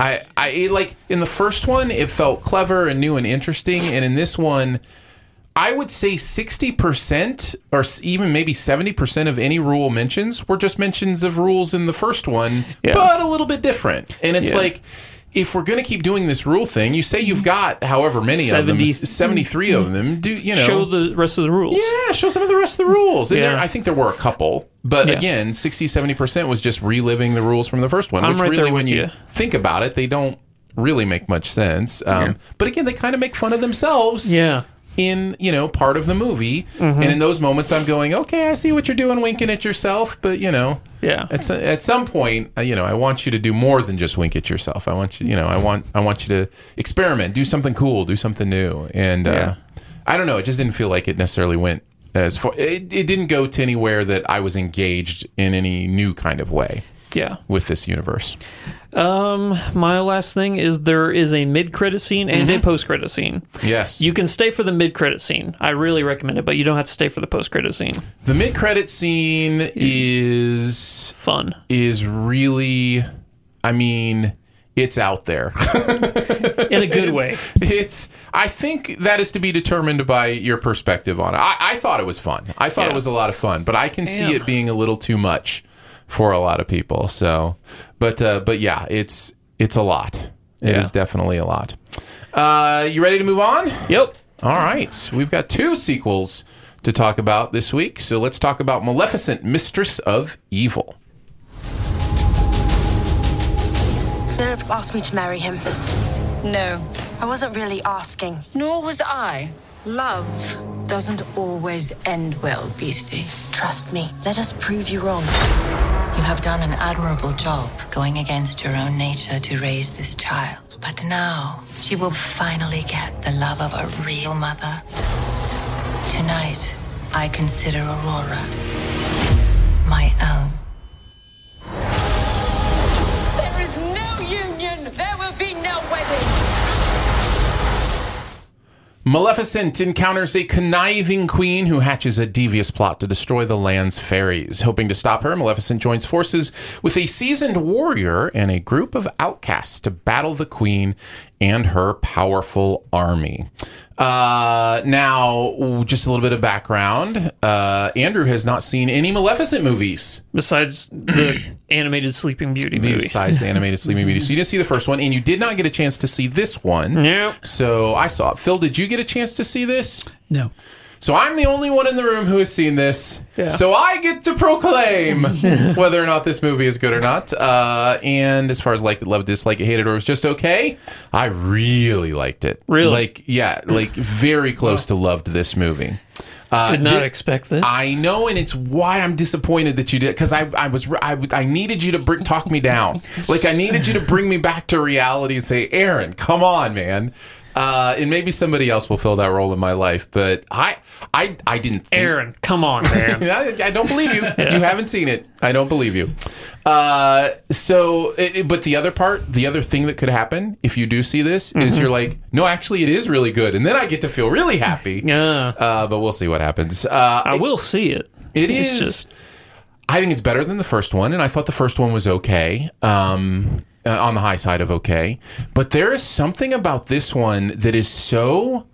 Speaker 2: I I it, like in the first one it felt clever and new and interesting, and in this one. I would say 60% or s- even maybe 70% of any rule mentions were just mentions of rules in the first one, but a little bit different. And it's
Speaker 3: Yeah.
Speaker 2: like, if we're going to keep doing this rule thing, you say you've got however many of them,
Speaker 3: 70
Speaker 2: s- 73 of them, do you know?
Speaker 3: Show the rest of the rules.
Speaker 2: yeah, show some of the rest of the rules. And
Speaker 3: Yeah.
Speaker 2: there, I think there were a couple, but
Speaker 3: Yeah.
Speaker 2: again, 60, 70% was just reliving the rules from the first one,
Speaker 3: I'm
Speaker 2: which
Speaker 3: right there
Speaker 2: really, when
Speaker 3: with
Speaker 2: you
Speaker 3: you.
Speaker 2: think about it, they don't really make much sense. Um, But again, they kind of make fun of themselves
Speaker 3: Yeah. Mm-hmm.
Speaker 2: in you know part of the movie and in those moments i'm going okay i see what you're doing winking at yourself but you know
Speaker 3: Yeah.
Speaker 2: at, so- at some point uh, you know i want you to do more than just wink at yourself i want you you know i want i want you to experiment do something cool do something new and uh, i don't know it just didn't feel like it necessarily went as far it, it didn't go to anywhere that i was engaged in any new kind of way
Speaker 3: Yeah.
Speaker 2: with this universe
Speaker 3: Um, my last thing is there is a mid credit scene and
Speaker 2: Mm-hmm.
Speaker 3: a post credit scene.
Speaker 2: yes
Speaker 3: You can stay for the mid credit scene. I really recommend it, but you don't have to stay for the post credit scene.
Speaker 2: the mid-credit scene is
Speaker 3: Fun.
Speaker 2: is really I mean, it's out there.
Speaker 3: In a good way.
Speaker 2: it's I think that is to be determined by your perspective on it. I, I thought it was fun. I thought it
Speaker 3: Yeah.
Speaker 2: was a lot of fun, but I can see
Speaker 3: Damn.
Speaker 2: it being a little too much for a lot of people. So but uh but yeah, it's it's a lot. It is
Speaker 3: Yeah.
Speaker 2: definitely a lot. Uh you ready to move on?
Speaker 3: Yep.
Speaker 2: All right. We've got two sequels to talk about this week. So let's talk about Maleficent, Mistress of Evil.
Speaker 9: Philip asked me to marry him.
Speaker 8: No,
Speaker 9: I wasn't really asking.
Speaker 8: nor was I. Love doesn't always end well, Beastie.
Speaker 9: Trust me. Let us prove you wrong.
Speaker 8: You have done an admirable job going against your own nature to raise this child. But now she will finally get the love of a real mother. Tonight, I consider Aurora my own. There is no union. There will be no wedding.
Speaker 2: Maleficent encounters a conniving queen who hatches a devious plot to destroy the land's fairies. Hoping to stop her, Maleficent joins forces with a seasoned warrior and a group of outcasts to battle the queen and her powerful army. Uh, now, just a little bit of background. Uh, Andrew has not seen any Maleficent movies
Speaker 3: Besides the animated Sleeping Beauty movie.
Speaker 2: besides animated Sleeping Beauty. So you didn't see the first one, and you did not get a chance to see this one.
Speaker 3: Nope.
Speaker 2: So I saw it. Phil, did you get a chance to see this?
Speaker 4: No.
Speaker 2: So I'm the only one in the room who has seen this.
Speaker 3: Yeah.
Speaker 2: So I get to proclaim whether or not this movie is good or not. Uh, and as far as liked it, loved, disliked it, hated, or was just okay, I really liked it.
Speaker 3: Really?
Speaker 2: Like, yeah, like very close to loved this movie. Uh,
Speaker 3: Did not
Speaker 2: thi-
Speaker 3: expect this.
Speaker 2: I know, and it's why I'm disappointed that you did because I, I was I, w- I needed you to bring, talk me down, like I needed you to bring me back to reality and say, Aaron, come on, man. Uh, and maybe somebody else will fill that role in my life, but I I I didn't. Think,
Speaker 3: Aaron, come on, man.
Speaker 2: I, I don't believe you. You haven't seen it. I don't believe you. Uh, so, it, it- but the other part, the other thing that could happen if you do see this is you're like, no, actually, it is really good, and then I get to feel really happy.
Speaker 3: Yeah.
Speaker 2: Uh, but we'll see what happens. Uh,
Speaker 3: I will see it.
Speaker 2: it
Speaker 3: It's
Speaker 2: is.
Speaker 3: just-
Speaker 2: I think it's better than the first one, and I thought the first one was okay, um, uh, on the high side of okay. But there is something about this one that is so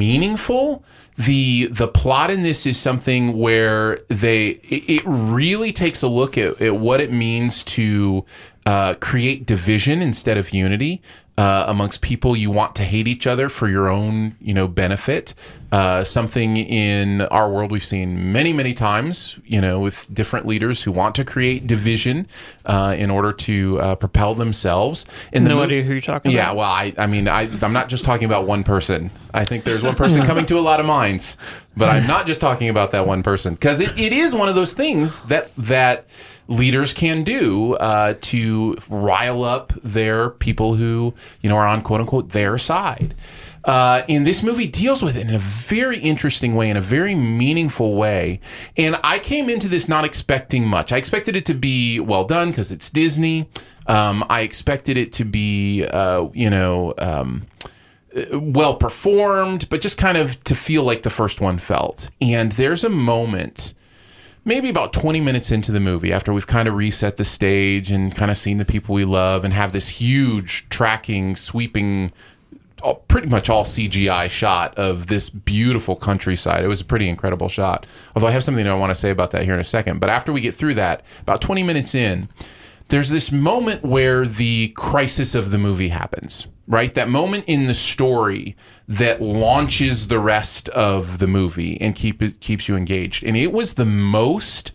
Speaker 2: meaningful. the The plot in this is something where they it, it really takes a look at, at what it means to uh, create division instead of unity uh, amongst people you want to hate each other for your own you know benefit uh, something in our world we've seen many many times you know with different leaders who want to create division uh, in order to uh, propel themselves in
Speaker 3: No idea who you're talking
Speaker 2: yeah
Speaker 3: about.
Speaker 2: well I, I mean I, I'm not just talking about one person I think there's one person coming to a lot of minds but I'm not just talking about that one person because it, it is one of those things that that leaders can do uh, to rile up their people who you know are on quote unquote their side. Uh, and this movie deals with it in a very interesting way, in a very meaningful way. And I came into this not expecting much. I expected it to be well done because it's Disney. Um, I expected it to be, uh, you know, um, well performed, but just kind of to feel like the first one felt. And there's a moment maybe about 20 minutes into the movie, after we've kind of reset the stage and kind of seen the people we love and have this huge tracking, sweeping, all, pretty much all CGI shot of this beautiful countryside. It was a pretty incredible shot. Although I have something I want to say about that here in a second. But after we get through that, about 20 minutes in, there's this moment where the crisis of the movie happens, right? That moment in the story that launches the rest of the movie and keep it keeps you engaged. And it was the most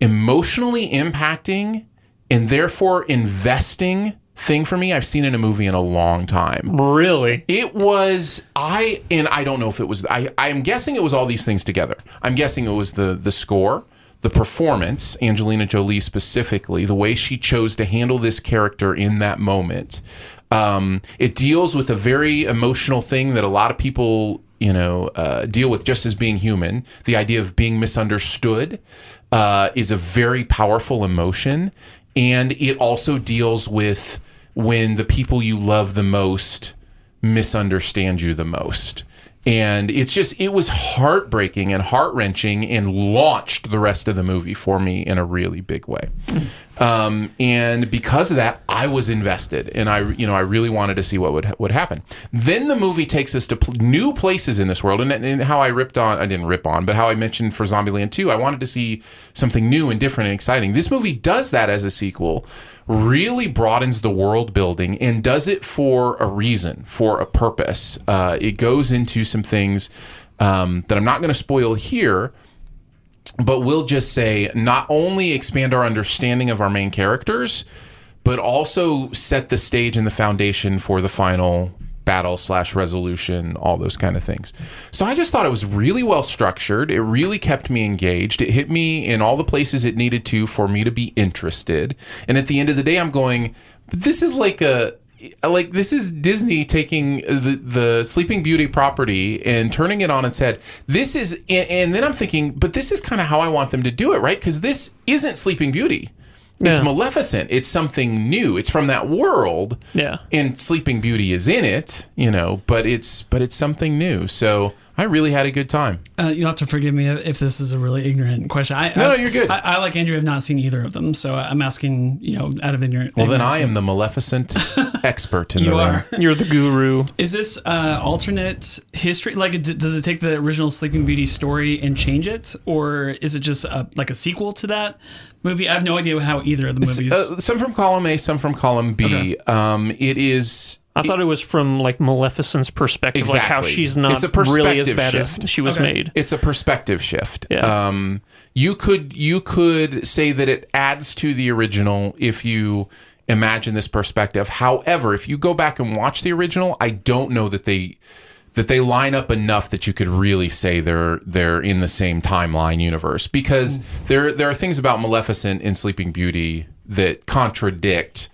Speaker 2: emotionally impacting and therefore investing thing for me I've seen in a movie in a long time.
Speaker 3: Really?
Speaker 2: It was I and I don't know if it was I I'm guessing it was all these things together. I'm guessing it was the the score, the performance, Angelina Jolie specifically, the way she chose to handle this character in that moment. Um, it deals with a very emotional thing that a lot of people, you know, uh, deal with just as being human. The idea of being misunderstood uh, is a very powerful emotion, and it also deals with when the people you love the most misunderstand you the most. And it's just, it was heartbreaking and heart wrenching and launched the rest of the movie for me in a really big way. Um, and because of that, I was invested and I, you know, I really wanted to see what would, would happen. Then the movie takes us to pl- new places in this world. And, and how I ripped on, I didn't rip on, but how I mentioned for Zombieland 2, I wanted to see something new and different and exciting. This movie does that as a sequel, really broadens the world building and does it for a reason, for a purpose. Uh, it goes into some things um, that I'm not going to spoil here, but we'll just say not only expand our understanding of our main characters, but also set the stage and the foundation for the final battle slash resolution, all those kind of things. So I just thought it was really well structured. It really kept me engaged. It hit me in all the places it needed to for me to be interested. And at the end of the day, I'm going, this is like a like this is Disney taking the the Sleeping Beauty property and turning it on its head. This is and, and then I'm thinking, but this is kind of how I want them to do it, right? Because this isn't Sleeping Beauty. It's
Speaker 3: Yeah.
Speaker 2: Maleficent. It's something new. It's from that world.
Speaker 3: Yeah.
Speaker 2: And Sleeping Beauty is in it, you know, but it's but it's something new. So I really had a good time.
Speaker 4: Uh, you'll have to forgive me if this is a really ignorant question. I,
Speaker 2: No,
Speaker 4: I-
Speaker 2: no, you're good.
Speaker 4: I, I, like Andrew, have not seen either of them, so I'm asking, you know, out of ignorant.
Speaker 2: Well, then
Speaker 4: ignorance.
Speaker 2: I am the Maleficent expert in the
Speaker 4: You
Speaker 2: room.
Speaker 4: are.
Speaker 3: You're the guru.
Speaker 4: Is this uh, alternate history? Like, d- does it take the original Sleeping Beauty story and change it, or is it just a, like a sequel to that movie? I have no idea how either of the movies.
Speaker 2: Uh, some from column A, some from column B. Um, it is.
Speaker 3: I thought it was from like Maleficent's perspective, like how
Speaker 2: Exactly.
Speaker 3: she's not
Speaker 2: It's a
Speaker 3: really as
Speaker 2: perspective
Speaker 3: bad
Speaker 2: shift.
Speaker 3: as she was
Speaker 2: Okay.
Speaker 3: made.
Speaker 2: It's a perspective shift.
Speaker 3: Yeah.
Speaker 2: Um, you could you could say that it adds to the original if you imagine this perspective. However, if you go back and watch the original, I don't know that they that they line up enough that you could really say they're they're in the same timeline universe because there there are things about Maleficent and Sleeping Beauty that contradict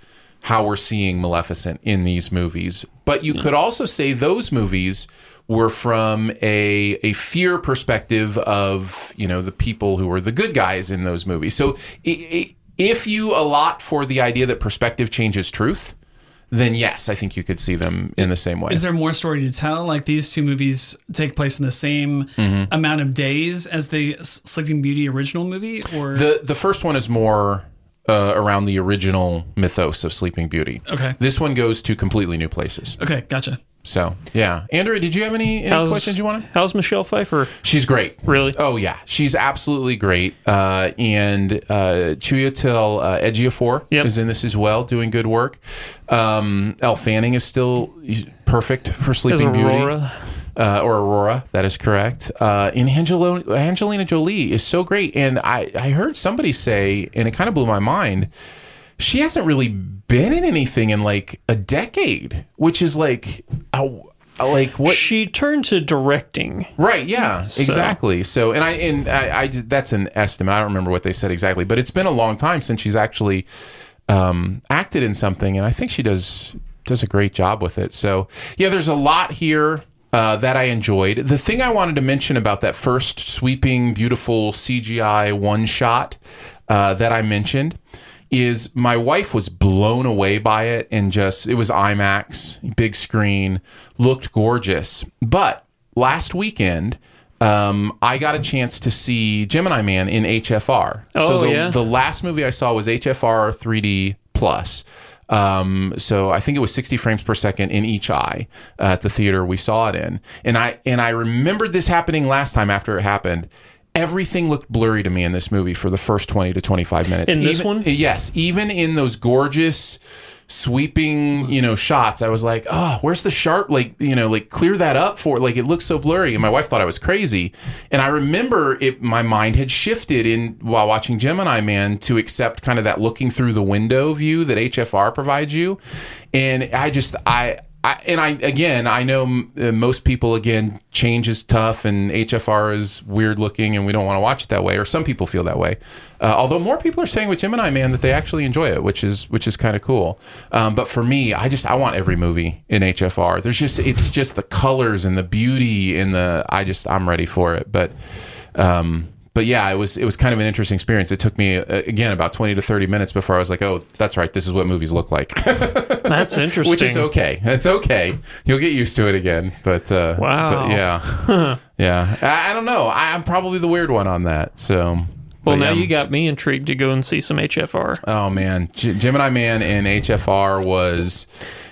Speaker 2: how we're seeing Maleficent in these movies. But you could also say those movies were from a a fear perspective of you know the people who were the good guys in those movies. So i i if you allot for the idea that perspective changes truth, then yes, I think you could see them in the same way.
Speaker 4: Is there more story to tell? Like these two movies take place in the same
Speaker 2: Mm-hmm.
Speaker 4: amount of days as the S- Sleeping Beauty original movie, or
Speaker 2: The the first one is more uh, around the original mythos of Sleeping Beauty.
Speaker 4: Okay.
Speaker 2: This one goes to completely new places.
Speaker 4: okay, gotcha.
Speaker 2: So yeah, Andrew, did you have any, any
Speaker 3: How's-
Speaker 2: questions you want? to?
Speaker 3: How's Michelle Pfeiffer?
Speaker 2: She's great.
Speaker 3: Really?
Speaker 2: Oh yeah, she's absolutely great. Uh, and uh, Chuyatel uh, Ejiofor
Speaker 3: Yep.
Speaker 2: is in this as well, doing good work. Um, Elle Fanning is still perfect for Sleeping Beauty.
Speaker 3: Aurora.
Speaker 2: Uh, or Aurora, that is correct. Uh, and Angelo, Angelina Jolie is so great. And I, I heard somebody say, and it kind of blew my mind, she hasn't really been in anything in like a decade, which is like, a, like what?
Speaker 3: She turned to directing.
Speaker 2: Right. Yeah. Exactly. So, and I and I, I did- that's an estimate. I don't remember what they said exactly, but it's been a long time since she's actually um, acted in something, and I think she does does a great job with it. So, yeah, there's a lot here. Uh, that I enjoyed. The thing I wanted to mention about that first sweeping, beautiful CGI one shot uh, that I mentioned is my wife was blown away by it and just, it was IMAX, big screen, looked gorgeous. But last weekend, um, I got a chance to see Gemini Man in HFR. so
Speaker 3: Oh,
Speaker 2: the,
Speaker 3: yeah.
Speaker 2: the last movie I saw was HFR 3D Plus. Um, so I think it was 60 frames per second in each eye uh, at the theater we saw it in, and I and I remembered this happening last time after it happened. Everything looked blurry to me in this movie for the first 20 to 25 minutes.
Speaker 3: In this
Speaker 2: Even-
Speaker 3: one?
Speaker 2: Yes, even in those gorgeous sweeping, you know, shots, I was like, "Oh, where's the sharp like, you know, like clear that up for like it looks so blurry." And my wife thought I was crazy. And I remember it my mind had shifted in while watching Gemini Man to accept kind of that looking through the window view that HFR provides you. And I just I I, and I again, I know m- uh, most people again change is tough and HFR is weird looking, and we don't want to watch it that way. Or some people feel that way. Uh, although more people are saying with Gemini Man that they actually enjoy it, which is which is kind of cool. Um, but for me, I just I want every movie in HFR. There's just it's just the colors and the beauty and the I just I'm ready for it. But um, but yeah, it was it was kind of an interesting experience. It took me uh, again about 20 to 30 minutes before I was like, oh, that's right, this is what movies look like.
Speaker 3: That's interesting.
Speaker 2: Which is okay. It's okay. You'll get used to it again. But uh,
Speaker 3: Wow.
Speaker 2: but yeah, yeah. I, I don't know. I, I'm probably the weird one on that. So. but
Speaker 3: Well, now
Speaker 2: yeah.
Speaker 3: you got me intrigued to go and see some HFR.
Speaker 2: Oh man, G- Gemini Man in HFR was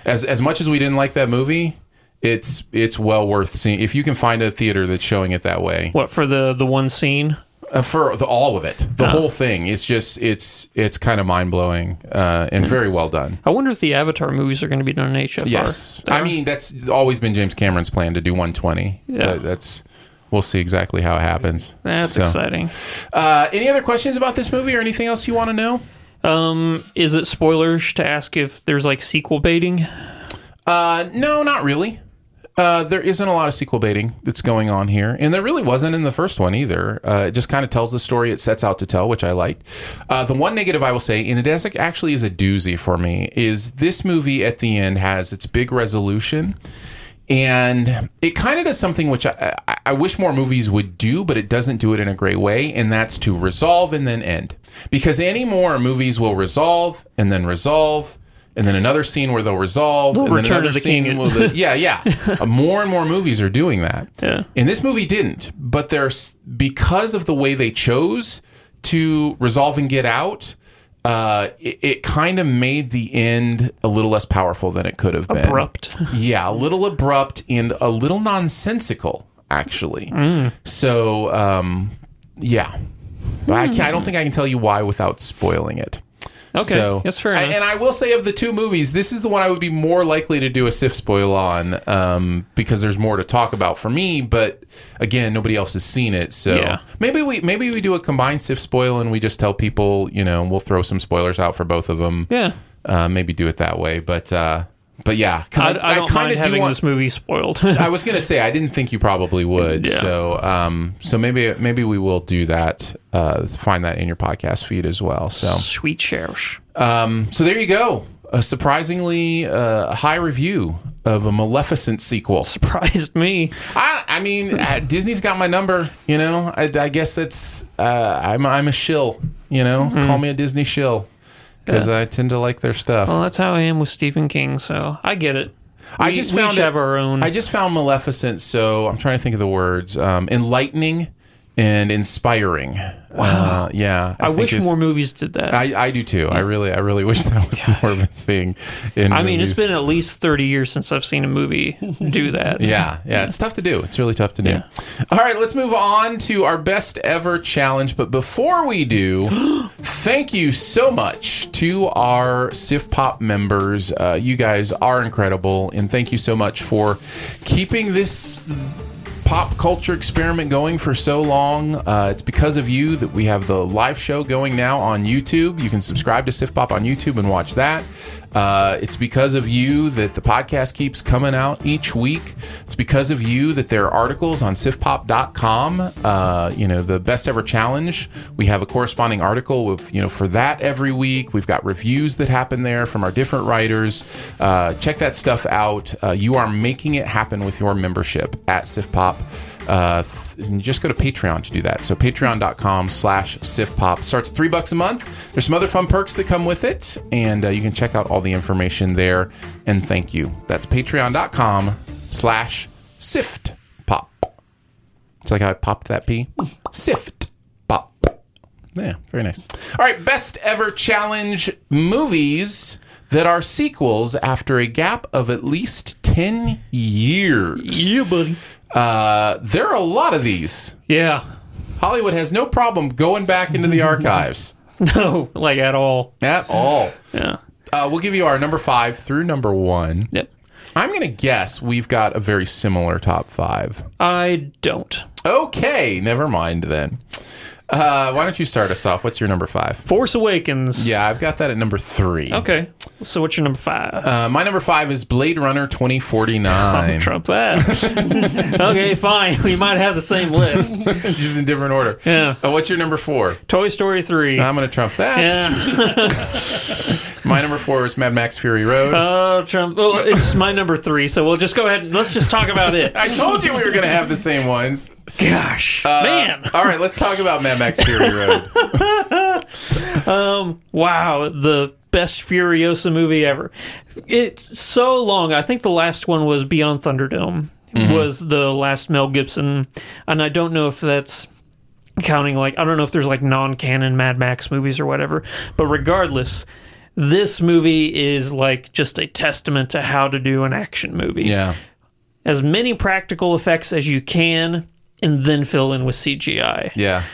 Speaker 2: as as much as we didn't like that movie. It's it's well worth seeing if you can find a theater that's showing it that way.
Speaker 3: What for the the one scene?
Speaker 2: Uh, for the, all of it, the whole thing is just it's it's kind of mind blowing uh, and very well done.
Speaker 3: I wonder if the Avatar movies are going to be done in HFR.
Speaker 2: Yes, I mean that's always been James Cameron's plan to do 120.
Speaker 3: Yeah.
Speaker 2: That- that's we'll see exactly how it happens.
Speaker 3: That's
Speaker 2: So,
Speaker 3: exciting.
Speaker 2: Uh, any other questions about this movie or anything else you want to know?
Speaker 3: Um, is it spoilers to ask if there's like sequel baiting?
Speaker 2: Uh, no, not really. Uh, there isn't a lot of sequel baiting that's going on here, and there really wasn't in the first one either. Uh, it just kind of tells the story it sets out to tell, which I liked. Uh, the one negative I will say, and it is, actually is a doozy for me, is this movie at the end has its big resolution, and it kind of does something which I, I, I wish more movies would do, but it doesn't do it in a great way, and that's to resolve and then end. Because any more movies will resolve and then resolve. And then another scene where they'll resolve,
Speaker 3: They'll
Speaker 2: and then
Speaker 3: return to
Speaker 2: another
Speaker 3: the
Speaker 2: scene
Speaker 3: king.
Speaker 2: will the, yeah, yeah. Uh, more and more movies are doing that.
Speaker 3: Yeah.
Speaker 2: And this movie didn't, but there's because of the way they chose to resolve and get out. Uh, it, it kind of made the end a little less powerful than it could have been.
Speaker 3: Abrupt.
Speaker 2: yeah, a little abrupt and a little nonsensical, actually. So, um, yeah, I, can, I don't think I can tell you why without spoiling it.
Speaker 3: Okay, that's fair
Speaker 2: I-
Speaker 3: enough.
Speaker 2: and I will say, of the two movies, this is the one I would be more likely to do a SIF spoil on um, because there's more to talk about for me. But again, nobody else has seen it, so
Speaker 3: Yeah.
Speaker 2: maybe we maybe we do a combined SIF spoil and we just tell people, you know, we'll throw some spoilers out for both of them.
Speaker 3: Yeah.
Speaker 2: uh, maybe do it that way. But uh, but yeah,
Speaker 3: I, I, don't
Speaker 2: kinda
Speaker 3: mind having this movie spoiled.
Speaker 2: I was gonna say I didn't think you probably would.
Speaker 3: Yeah.
Speaker 2: So um, so maybe maybe we will do that. Uh, find that in your podcast feed as well. So
Speaker 3: Sweet cherish.
Speaker 2: um, so there you go. A surprisingly uh, high review of a Maleficent sequel.
Speaker 3: Surprised me.
Speaker 2: I, I mean, uh, Disney's got my number. You know, I, I guess that's uh, I'm I'm a shill. You know,
Speaker 3: Mm-hmm.
Speaker 2: call me a Disney shill because I tend to like their stuff.
Speaker 3: Well, that's how I am with Stephen King, so I get it.
Speaker 2: I
Speaker 3: We-
Speaker 2: just
Speaker 3: we
Speaker 2: found
Speaker 3: each
Speaker 2: it-
Speaker 3: have our own.
Speaker 2: I just found Maleficent so I'm trying to think of the words um, enlightening and inspiring. Wow. yeah.
Speaker 3: I, wish
Speaker 2: think it's-
Speaker 3: more movies did that. I,
Speaker 2: I, I do too. I really I really wish that was more of a thing. In
Speaker 3: mean, it's
Speaker 2: movies.
Speaker 3: been at least thirty years since I've seen a movie do that.
Speaker 2: Yeah, yeah, it's tough to do. It's really tough to do. All right, let's move on to our best ever challenge. But before we do, thank you so much to our Sif Pop members. Uh, you guys are incredible, and thank you so much for keeping this pop culture experiment going for so long. Uh, it's because of you that we have the live show going now on YouTube. You can subscribe to Sif Pop on YouTube and watch that. Uh, it's because of you that the podcast keeps coming out each week. It's because of you that there are articles on sifpop.com. Uh, you know, the best ever challenge. We have a corresponding article with, you know, for that every week. We've got reviews that happen there from our different writers. Uh, check that stuff out. Uh, you are making it happen with your membership at SIFPOP uh, th- and just go to Patreon to do that. So patreon.com slash sifpop. Starts at three bucks a month. There's some other fun perks that come with it, and uh, you can check out all the information there. And thank you. That's patreon.com slash siftpop. It's like how I popped that P. Sift. Pop. Yeah, very nice. All right, best ever challenge movies that are sequels after a gap of at least 10 years.
Speaker 3: Yeah, buddy.
Speaker 2: Uh, there are a lot of these.
Speaker 3: Yeah.
Speaker 2: Hollywood has no problem going back into the archives.
Speaker 3: No, like at all.
Speaker 2: At all.
Speaker 3: Yeah.
Speaker 2: Uh, we'll give you our number five through number one.
Speaker 3: Yep.
Speaker 2: I'm going to guess we've got a very similar top five.
Speaker 3: I don't.
Speaker 2: Okay, never mind then. Uh, why don't you start us off? What's your number five?
Speaker 3: Force Awakens.
Speaker 2: Yeah, I've got that at number three.
Speaker 3: Okay. So what's your number five?
Speaker 2: Uh, my number five is Blade Runner 2049.
Speaker 3: Trump that. okay, fine. We might have the same list.
Speaker 2: Just in different order.
Speaker 3: Yeah.
Speaker 2: Uh, what's your number four?
Speaker 3: Toy Story 3.
Speaker 2: I'm going to trump that. My number four is Mad Max Fury Road.
Speaker 3: Oh, Trump. Well, it's my number three, so we'll just go ahead and let's just talk about it.
Speaker 2: I told you we were going to have the same ones. Uh,
Speaker 3: Gosh, man.
Speaker 2: All right, let's talk about Mad Max Fury Road.
Speaker 3: Wow, the best Furiosa movie ever. It's so long. I think the last one was Beyond Thunderdome. Was the last Mel Gibson, and I don't know if that's counting like I don't know if there's like non-canon Mad Max movies or whatever. But regardless, this movie is like just a testament to how to do an action movie.
Speaker 2: yeah.
Speaker 3: As many practical effects as you can, and then fill in with CGI.
Speaker 2: Yeah.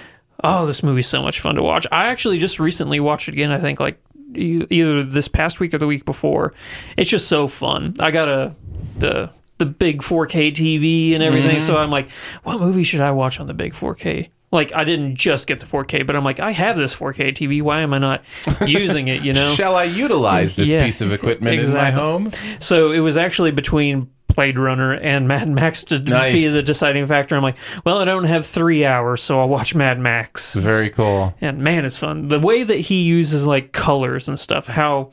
Speaker 3: Oh, this movie's so much fun to watch. I actually just recently watched it again. I think like e- either this past week or the week before. It's just so fun. I got a the the big 4K TV and everything,
Speaker 2: Mm-hmm.
Speaker 3: so I'm like, what movie should I watch on the big 4K? Like I didn't just get the 4K, but I'm like, I have this 4K TV. Why am I not using it? You know.
Speaker 2: Shall I utilize this
Speaker 3: Yeah.
Speaker 2: piece of equipment in my
Speaker 3: Exactly.
Speaker 2: home?
Speaker 3: So it was actually between Blade Runner and Mad Max to
Speaker 2: Nice.
Speaker 3: be the deciding factor. I'm like, well, I don't have three hours, so I'll watch Mad Max.
Speaker 2: Very cool.
Speaker 3: And man, it's fun. The way that he uses like colors and stuff, how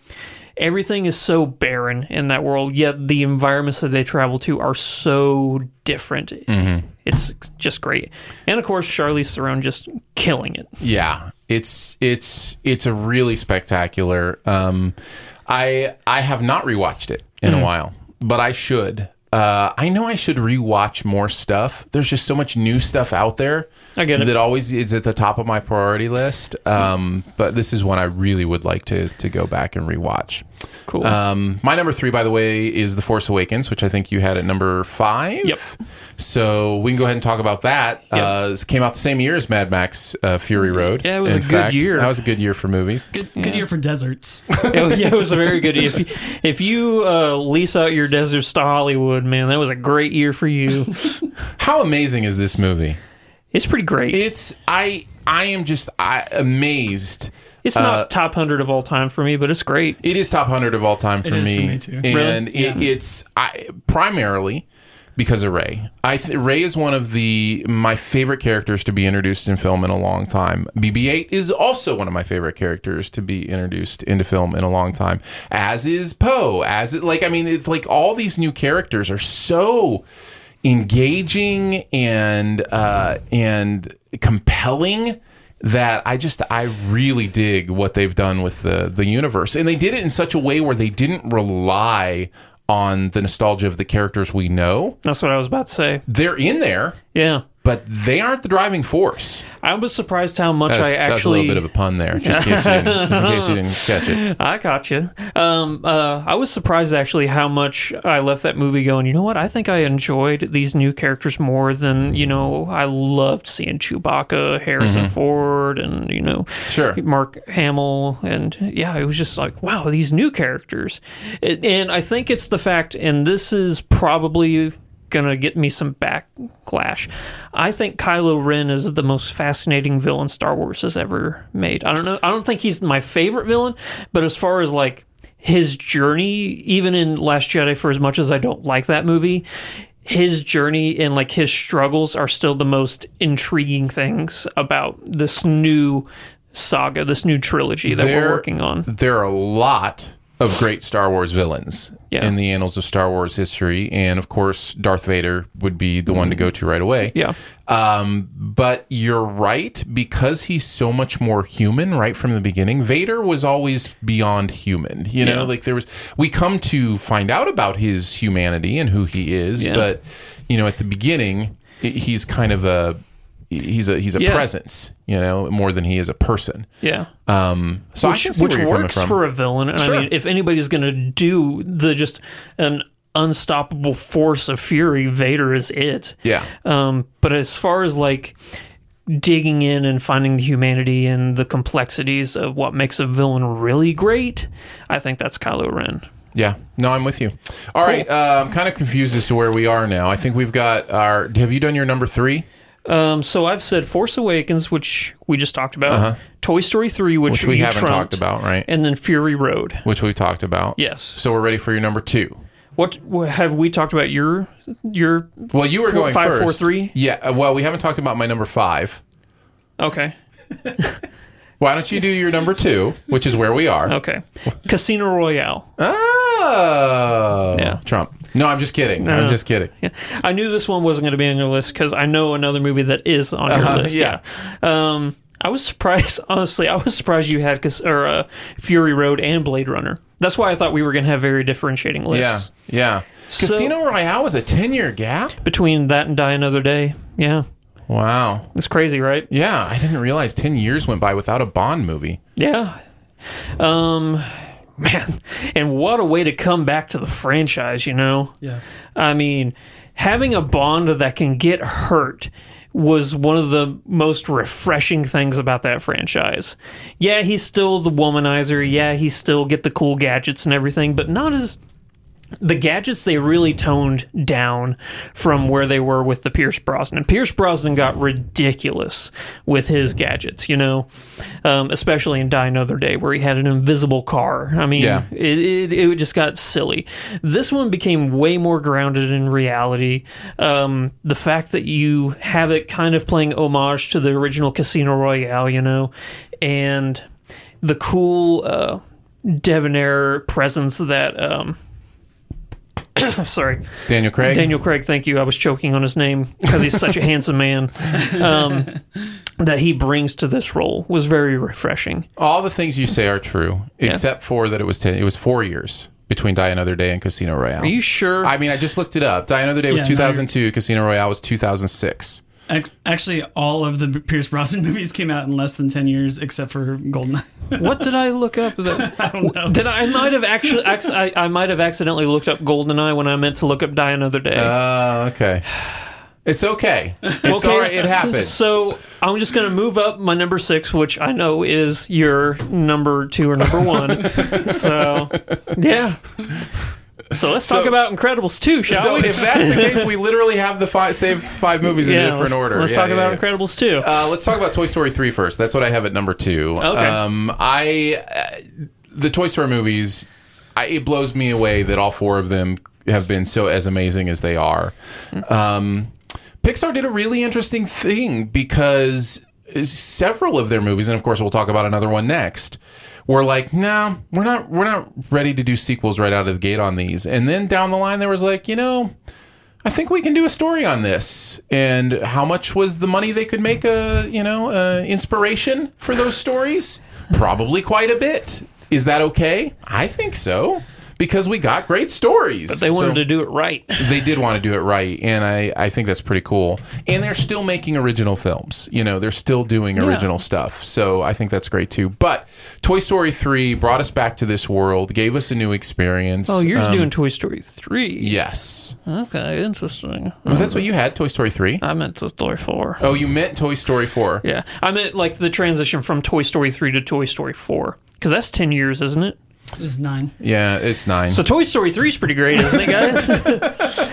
Speaker 3: everything is so barren in that world, yet the environments that they travel to are so different.
Speaker 2: Mm-hmm.
Speaker 3: It's just great. And of course, Charlize Theron just killing it.
Speaker 2: Yeah, it's it's it's a really spectacular. Um, I I have not rewatched it in
Speaker 3: Mm.
Speaker 2: a while, but I should. Uh, I know I should rewatch more stuff. There's just so much new stuff out there.
Speaker 3: I get it.
Speaker 2: That always is at the top of my priority list. Um, but this is one I really would like to to go back and rewatch.
Speaker 3: Cool.
Speaker 2: Um, my number three, by the way, is The Force Awakens, which I think you had at number five.
Speaker 3: Yep.
Speaker 2: So we can go ahead and talk about that. Uh, this came out the same year as Mad Max uh, Fury Road.
Speaker 3: Yeah, it was
Speaker 2: in
Speaker 3: a good year.
Speaker 2: That was a good year for movies.
Speaker 4: Good, good year for deserts.
Speaker 3: it, was- yeah, it was a very good. If you, if you uh, lease out your deserts to Hollywood, man, that was a great year for you.
Speaker 2: How amazing is this movie?
Speaker 3: It's pretty great.
Speaker 2: It's I I am just I, amazed.
Speaker 3: it's not
Speaker 2: uh,
Speaker 3: top hundred of all time for me, but it's great.
Speaker 2: It is top hundred of all time for
Speaker 4: is
Speaker 2: me.
Speaker 4: for me too.
Speaker 2: And it, it's I, primarily because of Ray. I th- Ray is one of the my favorite characters to be introduced in film in a long time. BB-8 is also one of my favorite characters to be introduced into film in a long time. As is Poe. As it like I mean it's like all these new characters are so engaging and uh, and compelling that I just I really dig what they've done with the the universe, and they did it in such a way where they didn't rely on the nostalgia of the characters we know.
Speaker 3: That's what I was about to say.
Speaker 2: They're in there,
Speaker 3: Yeah,
Speaker 2: but they aren't the driving force.
Speaker 3: I was surprised how much
Speaker 2: That's,
Speaker 3: I
Speaker 2: that's a
Speaker 3: actually.
Speaker 2: little bit of a pun there, just in case you didn't, just in case you didn't catch it.
Speaker 3: I got you. Um, uh, I was surprised actually how much I left that movie going. You know what? I think I enjoyed these new characters more than you know. I loved seeing Chewbacca, Harrison Ford, and you know,
Speaker 2: Sure.
Speaker 3: Mark Hamill, and yeah, it was just like wow, these new characters. It, and I think it's the fact, and this is probably gonna get me some backlash. I think Kylo Ren is the most fascinating villain Star Wars has ever made. I don't know. I don't think he's my favorite villain, but as far as like his journey, even in Last Jedi, for as much as I don't like that movie, his journey and like his struggles are still the most intriguing things about this new saga, this new trilogy that
Speaker 2: There-
Speaker 3: we're working on.
Speaker 2: There are a lot of great Star Wars villains
Speaker 3: Yeah.
Speaker 2: in the annals of Star Wars history, and of course, Darth Vader would be the one to go to right away.
Speaker 3: Yeah.
Speaker 2: Um, but you're right because he's so much more human right from the beginning. Vader was always beyond human. You know,
Speaker 3: Yeah.
Speaker 2: like there was we come to find out about his humanity and who he is, but you know, at the beginning he's kind of a he's a he's a
Speaker 3: Yeah.
Speaker 2: presence, you know, more than he is a person.
Speaker 3: Yeah.
Speaker 2: Um. So
Speaker 3: which,
Speaker 2: I can see
Speaker 3: which
Speaker 2: where you're coming
Speaker 3: works
Speaker 2: from.
Speaker 3: for a villain. And
Speaker 2: Sure.
Speaker 3: I mean, if anybody's going to do the just an unstoppable force of fury, Vader is it.
Speaker 2: Yeah.
Speaker 3: Um, but as far as like digging in and finding the humanity and the complexities of what makes a villain really great, I think that's Kylo Ren.
Speaker 2: Yeah. No, I'm with you. All right. Uh, I'm kind of confused as to where we are now. I think we've got our. Have you done your number three?
Speaker 3: Um, so I've said Force Awakens, which we just talked about, Toy Story 3, which,
Speaker 2: Uh-huh. Which we
Speaker 3: you
Speaker 2: haven't
Speaker 3: trumped,
Speaker 2: talked about, right?
Speaker 3: and then Fury Road.
Speaker 2: Which we've talked about.
Speaker 3: Yes.
Speaker 2: So we're ready for your number two.
Speaker 3: What wh- have we talked about? Your your
Speaker 2: Well, you were
Speaker 3: Four-
Speaker 2: going
Speaker 3: five,
Speaker 2: first.
Speaker 3: four, three?
Speaker 2: Yeah. uh, Well, we haven't talked about my number five.
Speaker 3: okay
Speaker 2: Why don't you do your number two, which is where we are?
Speaker 3: okay Casino Royale.
Speaker 2: Oh.
Speaker 3: Yeah.
Speaker 2: Trump. No, I'm just kidding.
Speaker 3: No,
Speaker 2: I'm
Speaker 3: no.
Speaker 2: just kidding.
Speaker 3: Yeah. I knew this one wasn't going to be on your list because I know another movie that is on your
Speaker 2: Uh-huh,
Speaker 3: list. Yeah. Um, I was surprised, honestly. I was surprised you had Cas- or uh, Fury Road and Blade Runner. That's why I thought we were going to have very differentiating
Speaker 2: Yeah.
Speaker 3: lists.
Speaker 2: Yeah.
Speaker 3: So-
Speaker 2: Casino Royale was a 10 year gap?
Speaker 3: Between that and Die Another Day. Yeah.
Speaker 2: Wow.
Speaker 3: It's crazy, right?
Speaker 2: Yeah. I didn't realize 10 years went by without a Bond movie.
Speaker 3: Yeah. Um, man, and what a way to come back to the franchise, you know?
Speaker 4: Yeah.
Speaker 3: I mean, having a bond that can get hurt was one of the most refreshing things about that franchise. Yeah, he's still the womanizer. Yeah, he still get the cool gadgets and everything, but not as the gadgets they really toned down from where they were with the Pierce Brosnan. Pierce Brosnan got ridiculous with his gadgets, you know, um, especially in Die Another Day, where he had an invisible car. I mean,
Speaker 2: Yeah.
Speaker 3: it, it, it just got silly. This one became way more grounded in reality. Um, the fact that you have it kind of playing homage to the original Casino Royale, you know, and the cool uh, debonair presence that. Um, sorry.
Speaker 2: Daniel Craig?
Speaker 3: Daniel Craig, thank you. I was choking on his name because he's such a handsome man. Um, that he brings to this role was very refreshing.
Speaker 2: All the things you say are true, except for that it was 10, it was four years between Die Another Day and Casino Royale.
Speaker 3: Are you sure?
Speaker 2: I mean, I just looked it up. Die Another Day was
Speaker 4: Yeah, no, you're-
Speaker 2: 2002. Casino Royale was 2006.
Speaker 4: Ac- Actually, all of the Pierce Brosnan movies came out in less than 10 years, except for Goldeneye.
Speaker 3: what did I look up? That, I don't know. Did I, I might have actually acc- I, I might have accidentally looked up Goldeneye when I meant to look up Die Another Day.
Speaker 2: Oh, okay. It's okay. It's all right. It happens.
Speaker 3: So I'm just going to move up my number six, which I know is your number two or number one. so, yeah. So let's talk
Speaker 2: So-
Speaker 3: about Incredibles 2, shall
Speaker 2: so
Speaker 3: we?
Speaker 2: if that's the case, we literally have the five, save five movies in
Speaker 3: Yeah,
Speaker 2: a different
Speaker 3: let's-
Speaker 2: order.
Speaker 3: let's
Speaker 2: Yeah,
Speaker 3: talk
Speaker 2: yeah,
Speaker 3: about
Speaker 2: yeah.
Speaker 3: Incredibles 2.
Speaker 2: Uh, let's talk about Toy Story 3 first. That's what I have at number two.
Speaker 3: Okay.
Speaker 2: Um, I uh, the Toy Story movies. I, it blows me away that all four of them have been so as amazing as they are. Um, Pixar did a really interesting thing because several of their movies, and of course we'll talk about another one next, were like, no, we're not, we're not ready to do sequels right out of the gate on these. And then down the line, there was like, you know. I think we can do a story on this and how much was the money they could make a you know a inspiration for those stories probably quite a bit is that okay I think so because we got great stories
Speaker 3: but they wanted to do it right.
Speaker 2: they did want to do it right and I, I think that's pretty cool and they're still making original films you know they're still doing original stuff so i think that's great too but toy story 3 brought us back to this world gave us a new experience
Speaker 3: Oh, you're just
Speaker 2: Um,
Speaker 3: doing Toy Story 3.
Speaker 2: yes
Speaker 3: Okay, interesting.
Speaker 2: Well, that's what you had toy story 3
Speaker 3: I meant Toy Story 4.
Speaker 2: Oh, you meant Toy Story 4.
Speaker 3: Yeah. I meant like the transition from Toy Story 3 to Toy Story 4. Because that's 10 years, isn't it?
Speaker 4: It's nine.
Speaker 2: Yeah, it's nine.
Speaker 3: So Toy Story 3 is pretty great, isn't it, guys?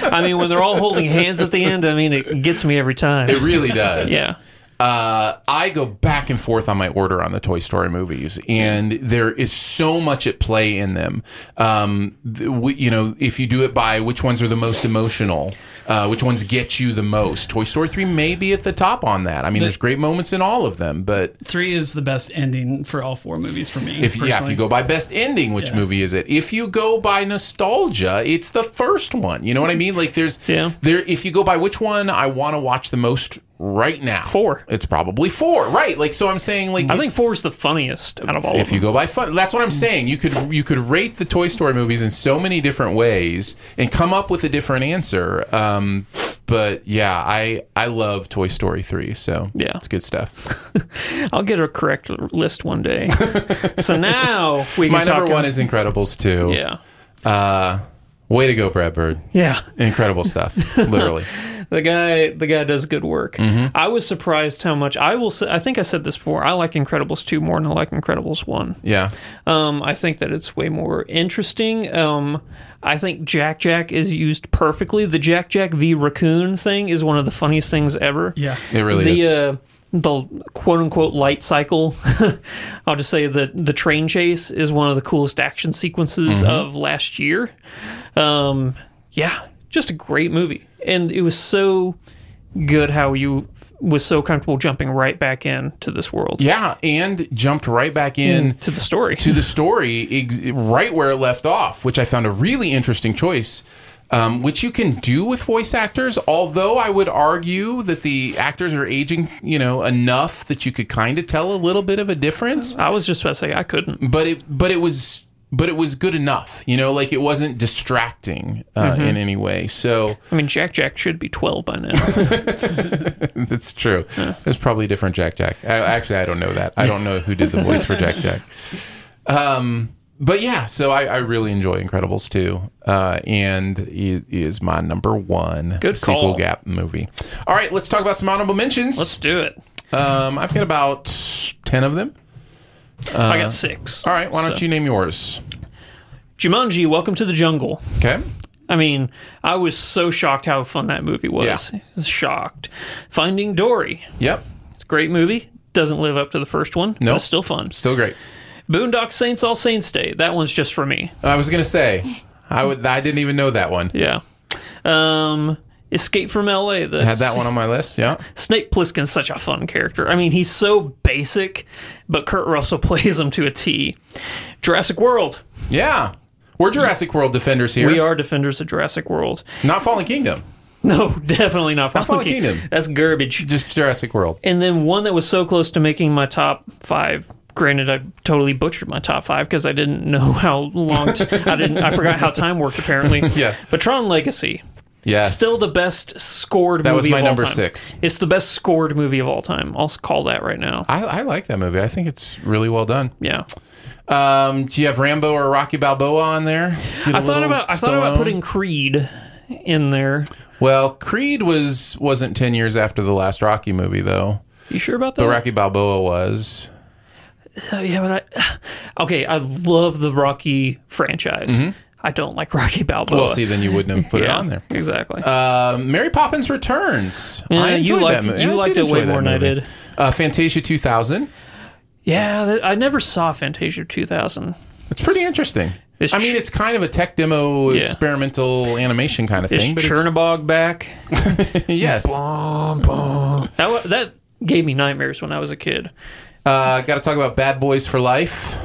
Speaker 3: I mean, when they're all holding hands at the end, I mean, it gets me every time.
Speaker 2: it really does.
Speaker 3: Yeah.
Speaker 2: Uh, I go back and forth on my order on the Toy Story movies, and there is so much at play in them. Um, th- w- you know, if you do it by which ones are the most emotional, uh, which ones get you the most, Toy Story 3 may be at the top on that. I mean, there's great moments in all of them, but
Speaker 4: Three is the best ending for all four movies for me.
Speaker 2: If yeah, if
Speaker 4: personally.
Speaker 2: you go by best ending, which
Speaker 4: Yeah.
Speaker 2: movie is it? If you go by nostalgia, it's the first one. You know what I mean? Like there's
Speaker 3: Yeah.
Speaker 2: there if you go by which one I want to watch the most right now. Four. It's probably four, right? Like so, I'm saying like
Speaker 3: I think
Speaker 2: it's-
Speaker 3: four is the funniest out of all.
Speaker 2: if
Speaker 3: of them.
Speaker 2: you go by fun that's what i'm saying you could you could rate the toy story movies in so many different ways and come up with a different answer um, but yeah i i love toy story 3 so yeah it's good stuff
Speaker 3: I'll get a correct list one day. so now we can
Speaker 2: my
Speaker 3: talk
Speaker 2: number one
Speaker 3: ab-
Speaker 2: is incredibles 2
Speaker 3: Yeah.
Speaker 2: uh, way to go brad bird
Speaker 3: Yeah.
Speaker 2: incredible stuff literally
Speaker 3: the guy the guy does good work.
Speaker 2: Mhm.
Speaker 3: I was surprised how much I will say, I think I said this before. I like Incredibles 2 more than I like Incredibles 1.
Speaker 2: yeah
Speaker 3: Um, I think that it's way more interesting. Um, I think Jack Jack is used perfectly. The Jack Jack v Raccoon thing is one of the funniest things ever.
Speaker 2: Yeah. It really
Speaker 3: the,
Speaker 2: is.
Speaker 3: Uh, the quote unquote light cycle. I'll just say the the train chase is one of the coolest action sequences
Speaker 2: Mhm.
Speaker 3: of last year. Um, yeah, just a great movie, and it was so good how you f- was so comfortable jumping right back into this world.
Speaker 2: Yeah, and jumped right back in
Speaker 3: to the story.
Speaker 2: To the story, ex- right where it left off, which I found a really interesting choice. Um, which you can do with voice actors, although I would argue that the actors are aging, you know, enough that you could kind of tell a little bit of a difference.
Speaker 3: I was just about to say I couldn't,
Speaker 2: but it, but it was, but it was good enough, you know, like it wasn't distracting uh,
Speaker 3: Mhm.
Speaker 2: in any way. So
Speaker 3: I mean, Jack Jack should be twelve by now.
Speaker 2: That's true. There's probably a different Jack Jack. I, actually, I don't know that. I don't know who did the voice for Jack Jack. Um, but yeah, so I, I really enjoy Incredibles too, uh, and it is my number one
Speaker 3: Good
Speaker 2: sequel
Speaker 3: call.
Speaker 2: gap movie. All right, let's talk about some honorable mentions. Let's
Speaker 3: do it.
Speaker 2: Um, I've got about ten of them.
Speaker 3: I got six.
Speaker 2: Uh, All right, why don't
Speaker 3: So-
Speaker 2: you name yours?
Speaker 3: Jumanji, Welcome to the Jungle.
Speaker 2: Okay.
Speaker 3: I mean, I was so shocked how fun that movie was. I was Shocked. Finding Dory.
Speaker 2: Yep.
Speaker 3: It's a great movie. Doesn't live up to the first one.
Speaker 2: No.
Speaker 3: but it's still fun.
Speaker 2: Still great.
Speaker 3: Boondock Saints All Saints Day. That one's just for me.
Speaker 2: I was gonna say, I would. I didn't even know that one.
Speaker 3: Yeah. Um, Escape from L.A. The
Speaker 2: I had that one on my list. Yeah.
Speaker 3: Snape Plissken's such a fun character. I mean, he's so basic, but Kurt Russell plays him to a T. Jurassic World.
Speaker 2: Yeah. We're Jurassic World defenders here.
Speaker 3: We are defenders of Jurassic World.
Speaker 2: Not Fallen Kingdom.
Speaker 3: No, definitely not Fallen,
Speaker 2: Not Fallen
Speaker 3: Kingdom.
Speaker 2: Kingdom.
Speaker 3: That's garbage.
Speaker 2: Just Jurassic World.
Speaker 3: And then one that was so close to making my top five. Granted, I totally butchered my top five because I didn't know how long. t- I didn't. I forgot how time worked. Apparently,
Speaker 2: Yeah.
Speaker 3: But Tron Legacy,
Speaker 2: Yes.
Speaker 3: still the best scored.
Speaker 2: That was
Speaker 3: movie
Speaker 2: my
Speaker 3: of all
Speaker 2: number
Speaker 3: time.
Speaker 2: six.
Speaker 3: It's the best scored movie of all time. I'll s- call that right now.
Speaker 2: I, I like that movie. I think it's really well done.
Speaker 3: Yeah.
Speaker 2: Um, do you have Rambo or Rocky Balboa on there? Get a
Speaker 3: I thought
Speaker 2: little
Speaker 3: about. I thought about
Speaker 2: Stallone?
Speaker 3: putting Creed in there.
Speaker 2: Well, Creed was wasn't ten years after the last Rocky movie though.
Speaker 3: You sure about that?
Speaker 2: But Rocky Balboa was.
Speaker 3: Uh, yeah, but I. Okay, I love the Rocky franchise.
Speaker 2: Mhm.
Speaker 3: I don't like Rocky Balboa.
Speaker 2: Well, see, then you wouldn't have put it
Speaker 3: Yeah,
Speaker 2: on there.
Speaker 3: Exactly.
Speaker 2: Uh, Mary Poppins Returns.
Speaker 3: Yeah,
Speaker 2: I
Speaker 3: you
Speaker 2: enjoyed
Speaker 3: liked-
Speaker 2: that movie.
Speaker 3: you
Speaker 2: I did
Speaker 3: liked it
Speaker 2: enjoy
Speaker 3: way
Speaker 2: that
Speaker 3: more than I
Speaker 2: movie.
Speaker 3: did.
Speaker 2: Uh, Fantasia 2000.
Speaker 3: Yeah, that, I never saw Fantasia 2000.
Speaker 2: It's pretty interesting. I mean, it's kind of a tech demo,
Speaker 3: Yeah.
Speaker 2: experimental animation kind of
Speaker 3: Is
Speaker 2: thing. it's-
Speaker 3: Chernabog back?
Speaker 2: yes.
Speaker 3: That wa- that gave me nightmares when I was a kid.
Speaker 2: Uh, Got to talk about Bad Boys for Life.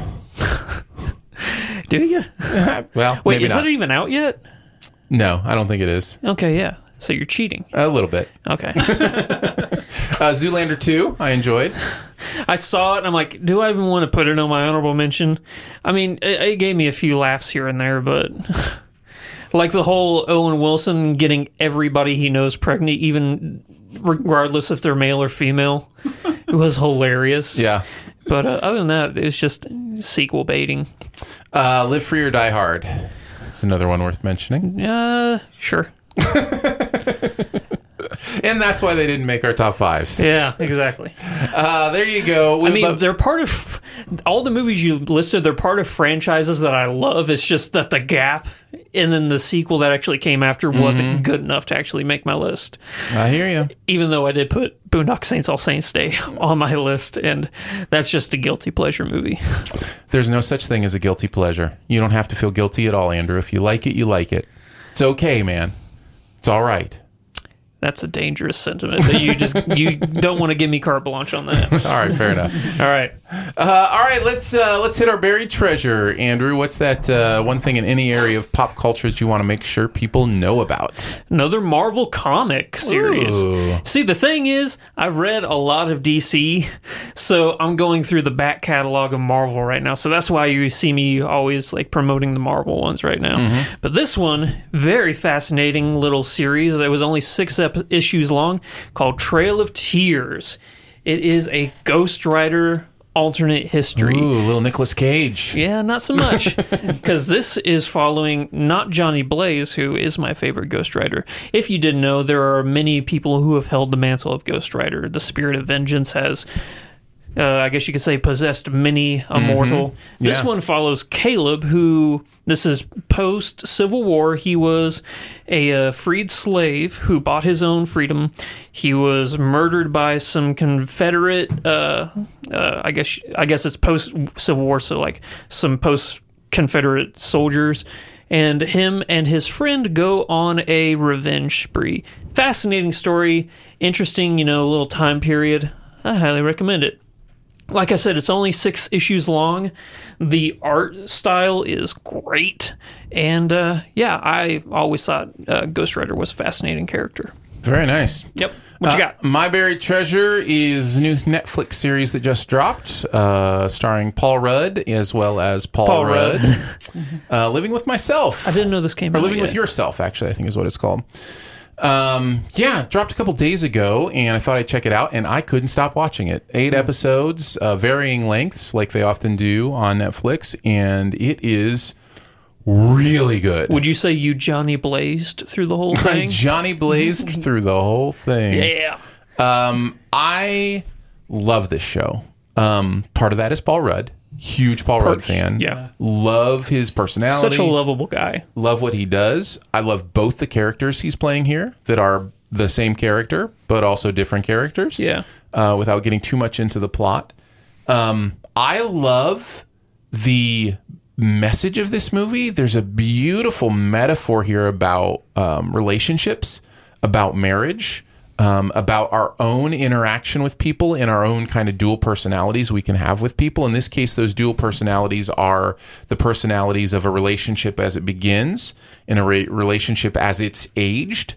Speaker 3: Do you?
Speaker 2: Well,
Speaker 3: Wait,
Speaker 2: maybe
Speaker 3: is
Speaker 2: not.
Speaker 3: it even out yet?
Speaker 2: no, I don't think it is.
Speaker 3: Okay, yeah. So you're cheating.
Speaker 2: A little bit.
Speaker 3: Okay.
Speaker 2: Uh, Zoolander 2, I enjoyed.
Speaker 3: I saw it and I'm like, do I even want to put it on my honorable mention? I mean, it, it gave me a few laughs here and there, but like the whole Owen Wilson getting everybody he knows pregnant, even regardless if they're male or female, it was hilarious.
Speaker 2: Yeah.
Speaker 3: But uh, other than that, it was just sequel baiting.
Speaker 2: Uh, Live Free or Die Hard. It's another one worth mentioning.
Speaker 3: Uh, sure.
Speaker 2: And that's why they didn't make our top fives.
Speaker 3: Yeah, exactly.
Speaker 2: Uh, there you go.
Speaker 3: I mean, they're part of all the movies you listed. They're part of franchises that I love. It's just that the gap, and then the sequel that actually came after wasn't
Speaker 2: Mhm.
Speaker 3: good enough to actually make my list.
Speaker 2: I hear you.
Speaker 3: Even though I did put Boondock Saints All Saints Day on my list, and that's just a guilty pleasure movie.
Speaker 2: There's no such thing as a guilty pleasure. You don't have to feel guilty at all, Andrew. If you like it, you like it. It's okay, man. It's all right.
Speaker 3: That's a dangerous sentiment that you just you don't want to give me carte blanche on that.
Speaker 2: All right, fair enough.
Speaker 3: All right.
Speaker 2: Uh, all right, let's uh, let's hit our buried treasure, Andrew. What's that uh, one thing in any area of pop culture that you want to make sure people know about?
Speaker 3: Another Marvel comic series.
Speaker 2: Ooh.
Speaker 3: See, the thing is, I've read a lot of DC, so I'm going through the back catalog of Marvel right now. So that's why you see me always like promoting the Marvel ones right now.
Speaker 2: Mhm.
Speaker 3: But this one, very fascinating little series. It was only six ep- issues long, called Trail of Tears. It is a Ghost Rider alternate history.
Speaker 2: Ooh, little Nicolas Cage.
Speaker 3: Yeah, not so much. Because this is following not Johnny Blaze, who is my favorite Ghost Rider. If you didn't know, there are many people who have held the mantle of Ghost Rider. The spirit of vengeance has, uh, I guess you could say, possessed many a
Speaker 2: Mhm.
Speaker 3: mortal. This
Speaker 2: Yeah.
Speaker 3: one follows Caleb, who, this is post Civil War. He was a uh, freed slave who bought his own freedom. He was murdered by some Confederate, uh, uh, I guess I guess it's post Civil War, so like some post Confederate soldiers. And him and his friend go on a revenge spree. Fascinating story, interesting, you know, little time period. I highly recommend it like I said, it's only six issues long. The art style is great, and uh, yeah, I always thought uh, Ghost Rider was a fascinating character.
Speaker 2: Very nice. Uh,
Speaker 3: Yep. What you got?
Speaker 2: My buried treasure is a new Netflix series that just dropped, uh, starring Paul Rudd as well as Paul,
Speaker 3: Paul
Speaker 2: Rudd.
Speaker 3: Rudd.
Speaker 2: uh, Living with myself. I
Speaker 3: didn't know this came
Speaker 2: or
Speaker 3: out
Speaker 2: living
Speaker 3: yet.
Speaker 2: with yourself actually i think is what it's called um, yeah dropped a couple days ago and i thought i'd check it out and i couldn't stop watching it eight
Speaker 3: Hmm.
Speaker 2: episodes uh, varying lengths like they often do on netflix and it is really good
Speaker 3: Would you say you Johnny Blazed through the whole
Speaker 2: I
Speaker 3: thing?
Speaker 2: johnny blazed through the whole thing
Speaker 3: yeah.
Speaker 2: um, I love this show. Um, part of that is Paul Rudd. Huge Paul Rudd
Speaker 3: Perch,
Speaker 2: fan.
Speaker 3: yeah.
Speaker 2: Love his personality.
Speaker 3: Such a lovable guy.
Speaker 2: Love what he does. I love both the characters he's playing here that are the same character, but also different characters.
Speaker 3: Yeah.
Speaker 2: Uh, without getting too much into the plot. Um, I love the message of this movie. There's a beautiful metaphor here about um, relationships, about marriage, um, about our own interaction with people and our own kind of dual personalities we can have with people. In this case, those dual personalities are the personalities of a relationship as it begins and a re- relationship as it's aged.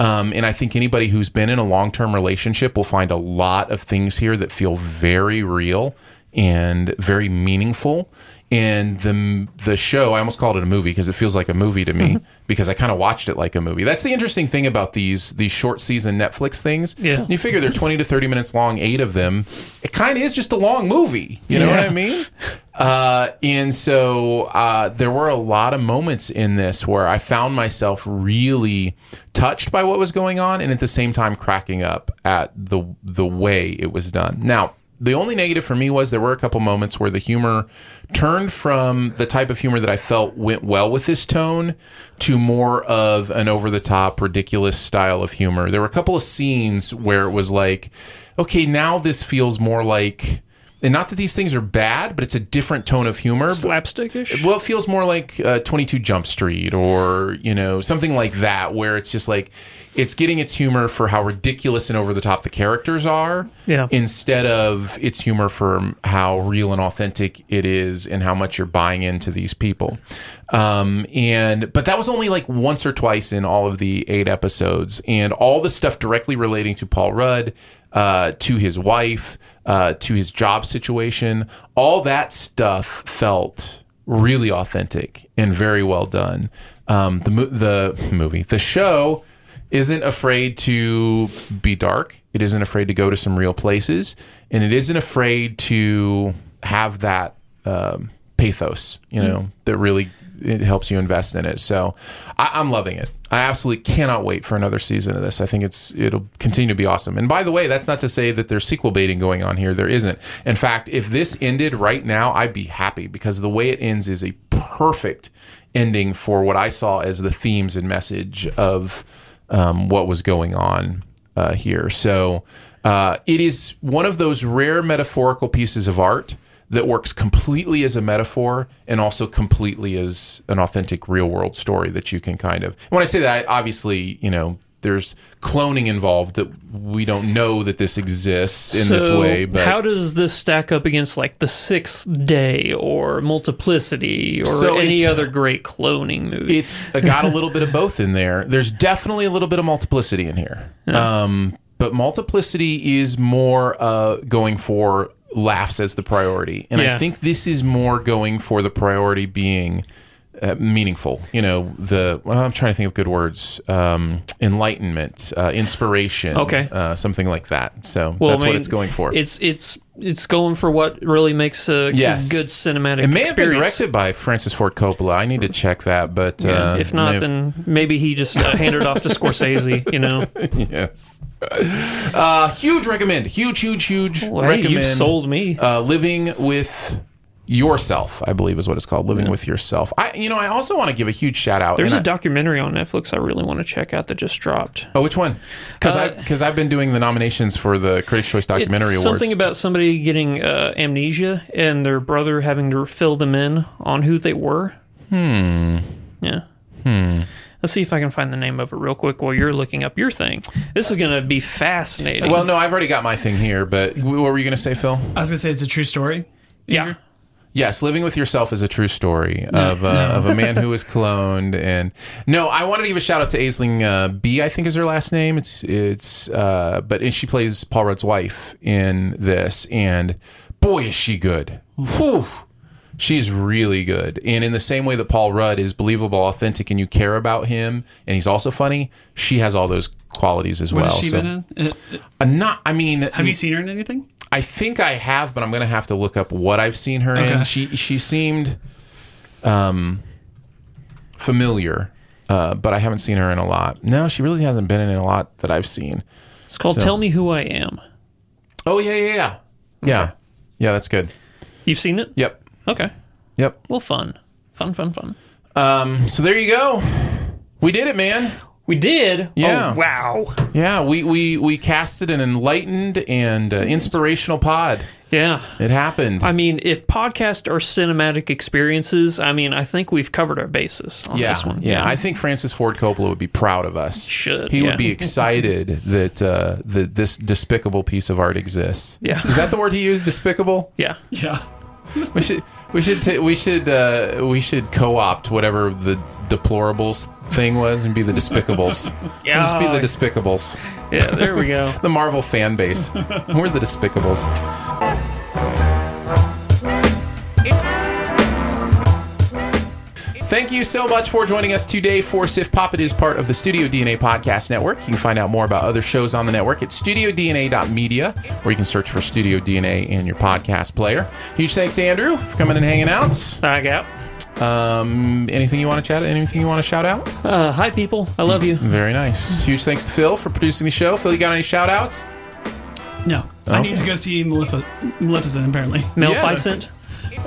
Speaker 2: Um, and I think anybody who's been in a long term relationship will find a lot of things here that feel very real and very meaningful. And the the show, I almost called it a movie because it feels like a movie to me because I kind of watched it like a movie. That's the interesting thing about these these short season Netflix things.
Speaker 3: Yeah.
Speaker 2: you figure they're twenty to thirty minutes long, eight of them. It kind of is just a long movie. You know what I
Speaker 3: Yeah.
Speaker 2: mean? Uh, and so uh, there were a lot of moments in this where I found myself really touched by what was going on, and at the same time cracking up at the the way it was done. Now, the only negative for me was there were a couple moments where the humor turned from the type of humor that I felt went well with this tone to more of an over the top, ridiculous style of humor. There were a couple of scenes where it was like, okay, now this feels more like and not that these things are bad, but it's a different tone of humor.
Speaker 3: Slapstickish.
Speaker 2: Well, it feels more like uh, 22 Jump Street or, you know, something like that, where it's just like it's getting its humor for how ridiculous and over the top the characters are
Speaker 3: Yeah.
Speaker 2: instead of its humor for how real and authentic it is and how much you're buying into these people. Um, and but that was only like once or twice in all of the eight episodes, and all the stuff directly relating to Paul Rudd, uh, to his wife, uh, to his job situation, all that stuff felt really authentic and very well done. Um, the mo- the movie, the show isn't afraid to be dark. It isn't afraid to go to some real places, and it isn't afraid to have that um, pathos. You know that really it helps you invest in it. So I, I'm loving it. I absolutely cannot wait for another season of this. I think it's it'll continue to be awesome. And by the way, that's not to say that there's sequel baiting going on here. There isn't. In fact, if this ended right now, I'd be happy because the way it ends is a perfect ending for what I saw as the themes and message of um, what was going on uh, here. So uh, it is one of those rare metaphorical pieces of art that works completely as a metaphor and also completely as an authentic real world story that you can kind of. When I say that, I obviously, you know, there's cloning involved that we don't know that this exists in this way. But
Speaker 3: how does this stack up against like the Sixth Day or Multiplicity or
Speaker 2: So
Speaker 3: any
Speaker 2: it's-
Speaker 3: other great cloning movie?
Speaker 2: it's uh, got a little bit of both in there. There's definitely a little bit of multiplicity in here. Um, but multiplicity is more uh, going for laughs as the priority. And
Speaker 3: Yeah.
Speaker 2: I think this is more going for the priority being uh, meaningful. You know, the, well, I'm trying to think of good words um, enlightenment, uh, inspiration,
Speaker 3: Okay.
Speaker 2: uh, something like that. So
Speaker 3: Well,
Speaker 2: that's
Speaker 3: I mean,
Speaker 2: what it's going for.
Speaker 3: It's it's it's going for what really makes a
Speaker 2: Yes.
Speaker 3: good cinematic
Speaker 2: it may have been
Speaker 3: experience.
Speaker 2: directed by Francis Ford Coppola. I need to check that, but
Speaker 3: Yeah,
Speaker 2: uh,
Speaker 3: if not,
Speaker 2: may have-
Speaker 3: then maybe he just uh, handed it off to Scorsese. You know,
Speaker 2: yes. Uh, huge recommend. Huge, huge, huge
Speaker 3: Well, hey,
Speaker 2: recommend.
Speaker 3: you've sold me.
Speaker 2: Uh, living with yourself, I believe, is what it's called. Living with yourself. I, you know, I also want to give a huge shout out.
Speaker 3: there's
Speaker 2: and
Speaker 3: a documentary on Netflix I really want to check out that just dropped.
Speaker 2: I- oh, which one? Because I
Speaker 3: Uh,
Speaker 2: because I've been doing the nominations for the Critics' Choice Documentary
Speaker 3: It's
Speaker 2: Awards.
Speaker 3: something about somebody getting uh, amnesia and their brother having to fill them in on who they were.
Speaker 2: hmm.
Speaker 3: Yeah.
Speaker 2: Hmm.
Speaker 3: Let's see if I can find the name of it real quick while you're looking up your thing. This is going to be fascinating.
Speaker 2: Well, no, I've already got my thing here. But wh- what were you going to say, Phil?
Speaker 4: I was gonna say it's a true story.
Speaker 3: Yeah.
Speaker 2: Yes, living with yourself is a true story of, uh, of a man who was cloned. And no, I wanted to give a shout out to Aisling uh, B. I think is her last name. It's it's uh, but she plays Paul Rudd's wife in this, and boy is she good. Whew. She is really good. And in the same way that Paul Rudd is believable, authentic, and you care about him, and he's also funny, she has all those qualities as
Speaker 4: What
Speaker 2: well.
Speaker 4: has she
Speaker 2: So-
Speaker 4: been in?
Speaker 2: Uh, not, I mean,
Speaker 4: Have you seen her in anything?
Speaker 2: I think I have, but I'm gonna have to look up what I've seen her
Speaker 4: Okay.
Speaker 2: in. She she seemed um, familiar, uh, but I haven't seen her in a lot. No, she really hasn't been in a lot that I've seen.
Speaker 3: It's called Tell Me Who I Am.
Speaker 2: Oh yeah, yeah, yeah, yeah, yeah. That's good.
Speaker 3: You've seen it?
Speaker 2: Yep,
Speaker 3: Okay.
Speaker 2: yep.
Speaker 3: Well, fun. Fun, fun, fun.
Speaker 2: Um, so there you go. We did it, man.
Speaker 3: We did.
Speaker 2: Yeah.
Speaker 3: Oh, wow.
Speaker 2: Yeah, we we we casted an enlightened and uh, inspirational pod.
Speaker 3: Yeah.
Speaker 2: It happened.
Speaker 3: I mean, if podcasts are cinematic experiences, I mean, I think we've covered our bases on
Speaker 2: yeah,
Speaker 3: this one.
Speaker 2: Yeah. I think Francis Ford Coppola would be proud of us.
Speaker 3: Should,
Speaker 2: he
Speaker 3: yeah.
Speaker 2: would be excited that uh, that this despicable piece of art exists.
Speaker 3: Yeah.
Speaker 2: is that the word he used? Despicable.
Speaker 3: Yeah.
Speaker 4: Yeah.
Speaker 2: We should we should ta- we should uh, we should co-opt whatever the deplorables thing was and be the despicables.
Speaker 3: Yeah.
Speaker 2: just be the despicables.
Speaker 3: Yeah, there we go.
Speaker 2: the Marvel fan base. We're the despicables. Thank you so much for joining us today for Sif Pop. It is part of the Studio DNA Podcast Network. You can find out more about other shows on the network at studiodna.media, where you can search for Studio DNA in your podcast player. Huge thanks to Andrew for coming and hanging out.
Speaker 3: I got.
Speaker 2: Um, anything you want to chat? Anything you want to shout out?
Speaker 3: Uh, hi, people. I love you.
Speaker 2: Very nice. Huge thanks to Phil for producing the show. Phil, you got any shout outs?
Speaker 4: No, I
Speaker 2: Oh, Okay.
Speaker 4: need to go see Malefic- Maleficent. Apparently,
Speaker 3: Maleficent.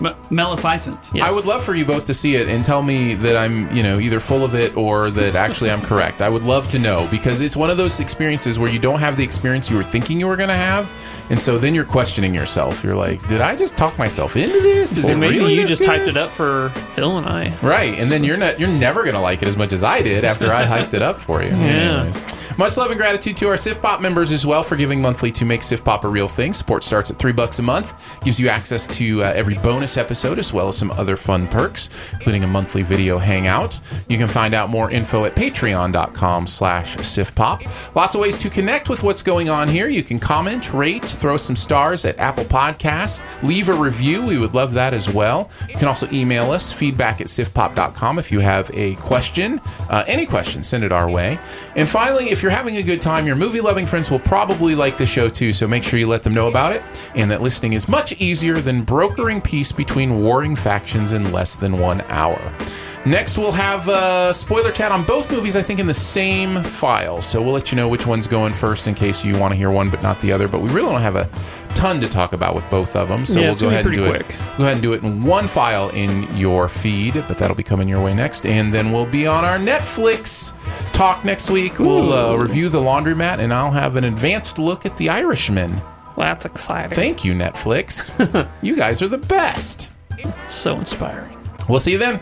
Speaker 4: M- Maleficent.
Speaker 3: Yes.
Speaker 2: I would love for you both to see it and tell me that I'm, you know, either full of it or that actually I'm correct. I would love to know because it's one of those experiences where you don't have the experience you were thinking you were going to have, and so then you're questioning yourself. You're like, did I just talk myself into this? Is
Speaker 3: Or
Speaker 2: it
Speaker 3: maybe
Speaker 2: really?
Speaker 3: you
Speaker 2: this
Speaker 3: just
Speaker 2: good?
Speaker 3: typed it up for Phil and I.
Speaker 2: Right, and then you're not you're never gonna like it as much as I did after I hyped it up for you. Anyways. Much love and gratitude to our Sif Pop members as well for giving monthly to make Sif Pop a real thing. Support starts at three bucks a month, gives you access to uh, every bonus episode as well as some other fun perks, including a monthly video hangout. You can find out more info at Patreon.com/slash Sif Pop. Lots of ways to connect with what's going on here. You can comment, rate, throw some stars at Apple Podcasts, leave a review. We would love that as well. You can also email us feedback at sifpop.com if you have a question, uh, any question, send it our way. And finally, if you're having a good time, your movie loving friends will probably like the show too, so make sure you let them know about it and that listening is much easier than brokering peace between warring factions in less than one hour. Next, we'll have uh, spoiler chat on both movies, I think, in the same file. So we'll let you know which one's going first in case you want to hear one but not the other. But we really don't have a ton to talk about with both of them. So
Speaker 3: Yeah,
Speaker 2: we'll
Speaker 3: it's
Speaker 2: go
Speaker 3: gonna
Speaker 2: ahead
Speaker 3: be
Speaker 2: and do
Speaker 3: pretty
Speaker 2: it. Go ahead and do it in one file in your feed, but that'll be coming your way next. And then we'll be on our Netflix talk next week. We'll uh,
Speaker 3: Ooh.
Speaker 2: review The Laundromat, and I'll have an advanced look at The Irishman.
Speaker 3: Well, that's exciting.
Speaker 2: Thank you, Netflix. you guys are the best.
Speaker 3: so inspiring.
Speaker 2: We'll see you then.